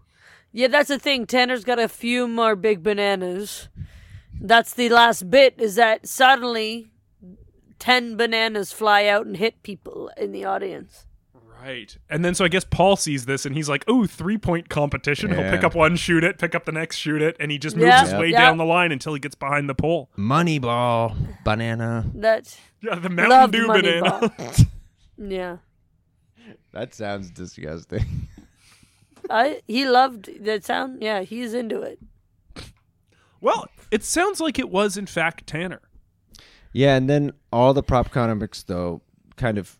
Speaker 3: yeah, that's the thing. Tanner's got a few more big bananas. That's the last bit. Is that suddenly ten bananas fly out and hit people in the audience?
Speaker 2: Right. And then so I guess Paul sees this and he's like, "Ooh, three-point competition. He'll pick
Speaker 1: Yeah.
Speaker 2: up one, shoot it, pick up the next, shoot it." And he just moves
Speaker 3: Yeah,
Speaker 2: his
Speaker 3: Yep.
Speaker 2: way
Speaker 3: yeah.
Speaker 2: down the line until he gets behind the pole.
Speaker 1: Moneyball banana.
Speaker 3: That
Speaker 2: Yeah, the
Speaker 3: loved
Speaker 2: Mountain Dew banana.
Speaker 3: Moneyball. yeah,
Speaker 1: That sounds disgusting.
Speaker 3: I he loved that sound. Yeah, he's into it.
Speaker 2: Well, it sounds like it was in fact Tanner.
Speaker 1: Yeah, and then all the prop comics though kind of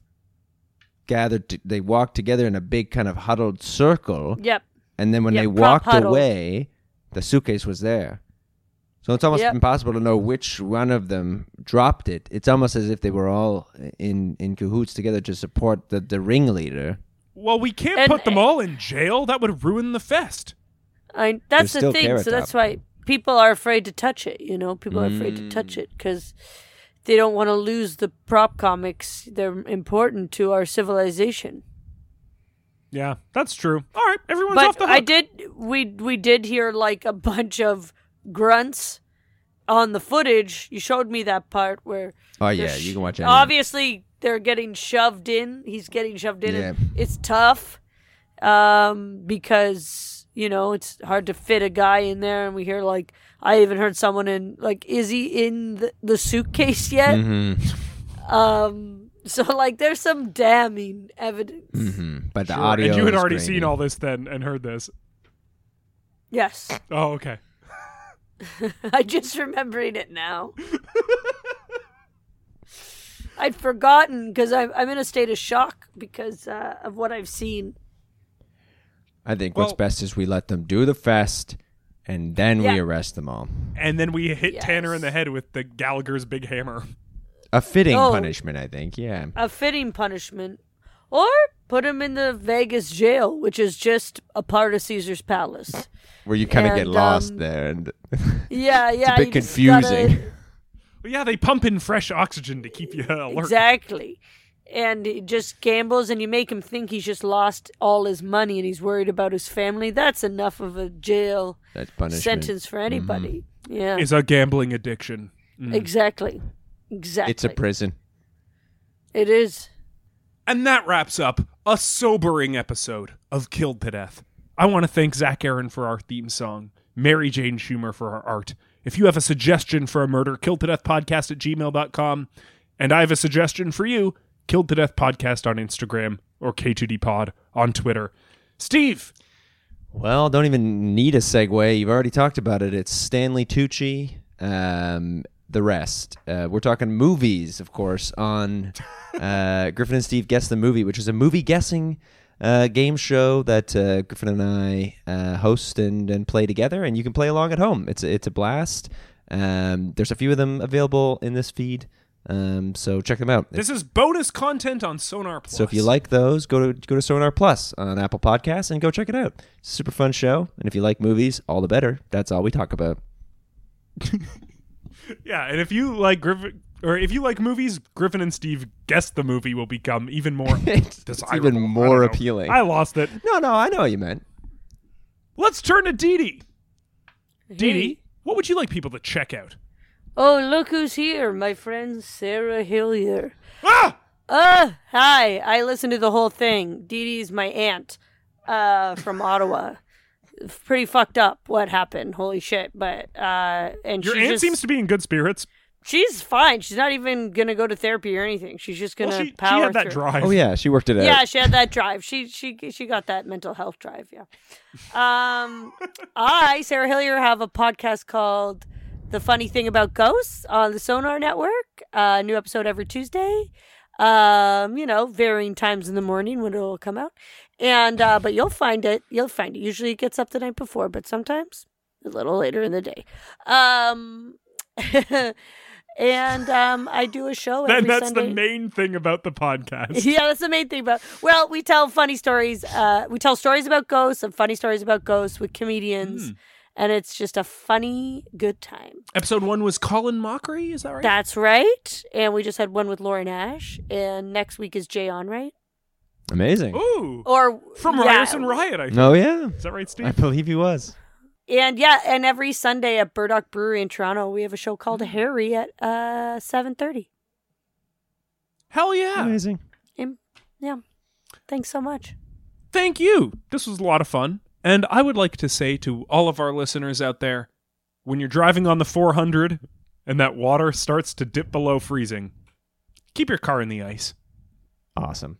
Speaker 1: gathered. t they walked together in a big kind of huddled circle,
Speaker 3: Yep.
Speaker 1: and then when
Speaker 3: Yeah,
Speaker 1: they
Speaker 3: prop
Speaker 1: walked
Speaker 3: huddle.
Speaker 1: away, the suitcase was there. So it's almost
Speaker 3: Yep.
Speaker 1: impossible to know which one of them dropped it. It's almost as if they were all in in cahoots together to support the the ringleader.
Speaker 2: Well, we can't
Speaker 3: And-
Speaker 2: put them all in jail. That would ruin the fest.
Speaker 3: I that's
Speaker 1: still
Speaker 3: the thing.
Speaker 1: Carrot
Speaker 3: So
Speaker 1: Top.
Speaker 3: that's why people are afraid to touch it. You know, people are afraid to touch it because they don't want to lose the prop comics. They're important to our civilization.
Speaker 2: Yeah, that's true. All right, everyone's off
Speaker 3: But
Speaker 2: the hook.
Speaker 3: I did. We we did hear like a bunch of grunts on the footage. You showed me that part where.
Speaker 1: Oh
Speaker 3: they're
Speaker 1: yeah,
Speaker 3: sh-
Speaker 1: you can watch. Anime.
Speaker 3: Obviously, they're getting shoved in. He's getting shoved in. and
Speaker 1: Yeah.
Speaker 3: It's tough um, because you know it's hard to fit a guy in there. And we hear like I even heard someone in like, is he in the, the suitcase yet?
Speaker 1: Mm-hmm.
Speaker 3: Um, so like, there's some damning evidence.
Speaker 1: Mhm. But the
Speaker 2: Sure,
Speaker 1: audio.
Speaker 2: and you had
Speaker 1: is
Speaker 2: already
Speaker 1: grainy.
Speaker 2: seen all this then and heard this.
Speaker 3: Yes,
Speaker 2: Oh, okay.
Speaker 3: I just remembering it now. I'd forgotten because I'm I'm in a state of shock because uh, of what I've seen.
Speaker 1: I think what's
Speaker 2: Well-
Speaker 1: best is we let them do the fest, and then we
Speaker 3: Yeah.
Speaker 1: arrest them all.
Speaker 2: And then we hit Tanner in the
Speaker 3: Yes.
Speaker 2: head with the Gallagher's big hammer.
Speaker 1: A fitting
Speaker 3: Oh.
Speaker 1: punishment, I think. Yeah.
Speaker 3: a fitting punishment or put him in the Vegas jail, which is just a part of Caesar's Palace.
Speaker 1: where you kind of get
Speaker 3: And,
Speaker 1: lost
Speaker 3: um,
Speaker 1: there and
Speaker 3: Yeah, yeah.
Speaker 1: bit
Speaker 3: you just gotta-
Speaker 1: confusing.
Speaker 2: But yeah, they pump in fresh oxygen to keep you alert.
Speaker 3: exactly. and he just gambles and you make him think he's just lost all his money and he's worried about his family, that's enough of a jail
Speaker 5: That's punishment. Mm-hmm.
Speaker 3: sentence for anybody. Yeah.
Speaker 2: is a gambling addiction.
Speaker 3: exactly. Exactly.
Speaker 5: It's a prison.
Speaker 3: it is.
Speaker 2: And that wraps up a sobering episode of Killed to Death. I want to thank Zach Aaron for our theme song, Mary Jane Schumer for our art. If you have a suggestion for a murder, killed to death podcast at gmail.com. And I have a suggestion for you, killed to death podcast on Instagram or K2D pod on Twitter. Steve,
Speaker 1: Well, don't even need a segue. You've already talked about it. It's Stanley Tucci. Um, the rest. Uh, we're talking movies, of course, on uh, Griffin and Steve Guess the Movie, which is a movie guessing uh, game show that uh, Griffin and I uh, host and, and play together. And you can play along at home. It's a, it's a blast. Um, there's a few of them available in this feed. Um, so check them out.
Speaker 2: this is bonus content on Sonar Plus.
Speaker 1: So if you like those, go to go to Sonar Plus on Apple Podcasts and go check it out. It's a super fun show, and if you like movies, all the better. That's all we talk about.
Speaker 2: Yeah, and if you like Griffin or if you like movies, Griffin and Steve guess the movie will become even more desirable.
Speaker 1: even
Speaker 2: I
Speaker 1: more
Speaker 2: don't know.
Speaker 1: appealing.
Speaker 2: I lost it.
Speaker 1: No, no, I know what you meant.
Speaker 2: Let's turn to Dee Dee. Dee Dee, what would you like people to check out?
Speaker 3: Oh, look who's here, my friend Sarah Hillier.
Speaker 2: Ah!
Speaker 3: Uh, hi. I listened to the whole thing. Dee Dee's my aunt uh, from Ottawa. Pretty fucked up what happened. Holy shit. But, uh, and
Speaker 2: Your
Speaker 3: she
Speaker 2: aunt
Speaker 3: just,
Speaker 2: seems to be in good spirits.
Speaker 3: she's fine. She's not even going to go to therapy or anything. She's just going
Speaker 2: Well,
Speaker 3: to
Speaker 2: she, she
Speaker 3: power
Speaker 2: had that
Speaker 3: through.
Speaker 2: drive.
Speaker 1: Oh yeah, she worked it out.
Speaker 3: Yeah, she had that drive. She she she got that mental health drive. Yeah. Um, I Sarah Hillier have a podcast called "The Funny Thing About Ghosts" on the Sonar Network. Uh, new episode every Tuesday. Um, you know, varying times in the morning when it'll come out, and uh, but you'll find it. You'll find it. Usually, it gets up the night before, but sometimes a little later in the day. Um. And um, I do a show.
Speaker 2: Then
Speaker 3: every
Speaker 2: that's
Speaker 3: Sunday.
Speaker 2: the main thing about the podcast.
Speaker 3: Yeah, that's the main thing. But well, we tell funny stories. Uh, we tell stories about ghosts and funny stories about ghosts with comedians,
Speaker 2: Hmm.
Speaker 3: and it's just a funny good time.
Speaker 2: Episode one was Colin Mockery, is that right?
Speaker 3: That's right. And we just had one with Lauren Ash, and next week is Jay Onright
Speaker 1: Amazing.
Speaker 2: Ooh.
Speaker 3: or
Speaker 2: From
Speaker 3: Oh, yeah.
Speaker 2: Ryerson Riot, I think.
Speaker 1: Oh yeah,
Speaker 2: Is that right,
Speaker 1: I
Speaker 2: Steve?
Speaker 1: believe he was.
Speaker 3: And yeah, and every Sunday at Burdock Brewery in Toronto, we have a show
Speaker 2: Hmm.
Speaker 3: called Harry at uh seven thirty.
Speaker 2: Hell yeah.
Speaker 1: Amazing.
Speaker 3: And yeah, thanks so much.
Speaker 2: Thank you. This was a lot of fun. And I would like to say to all of our listeners out there when you're driving on the 400 and that water starts to dip below freezing, keep your car in the ice.
Speaker 1: Awesome.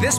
Speaker 6: This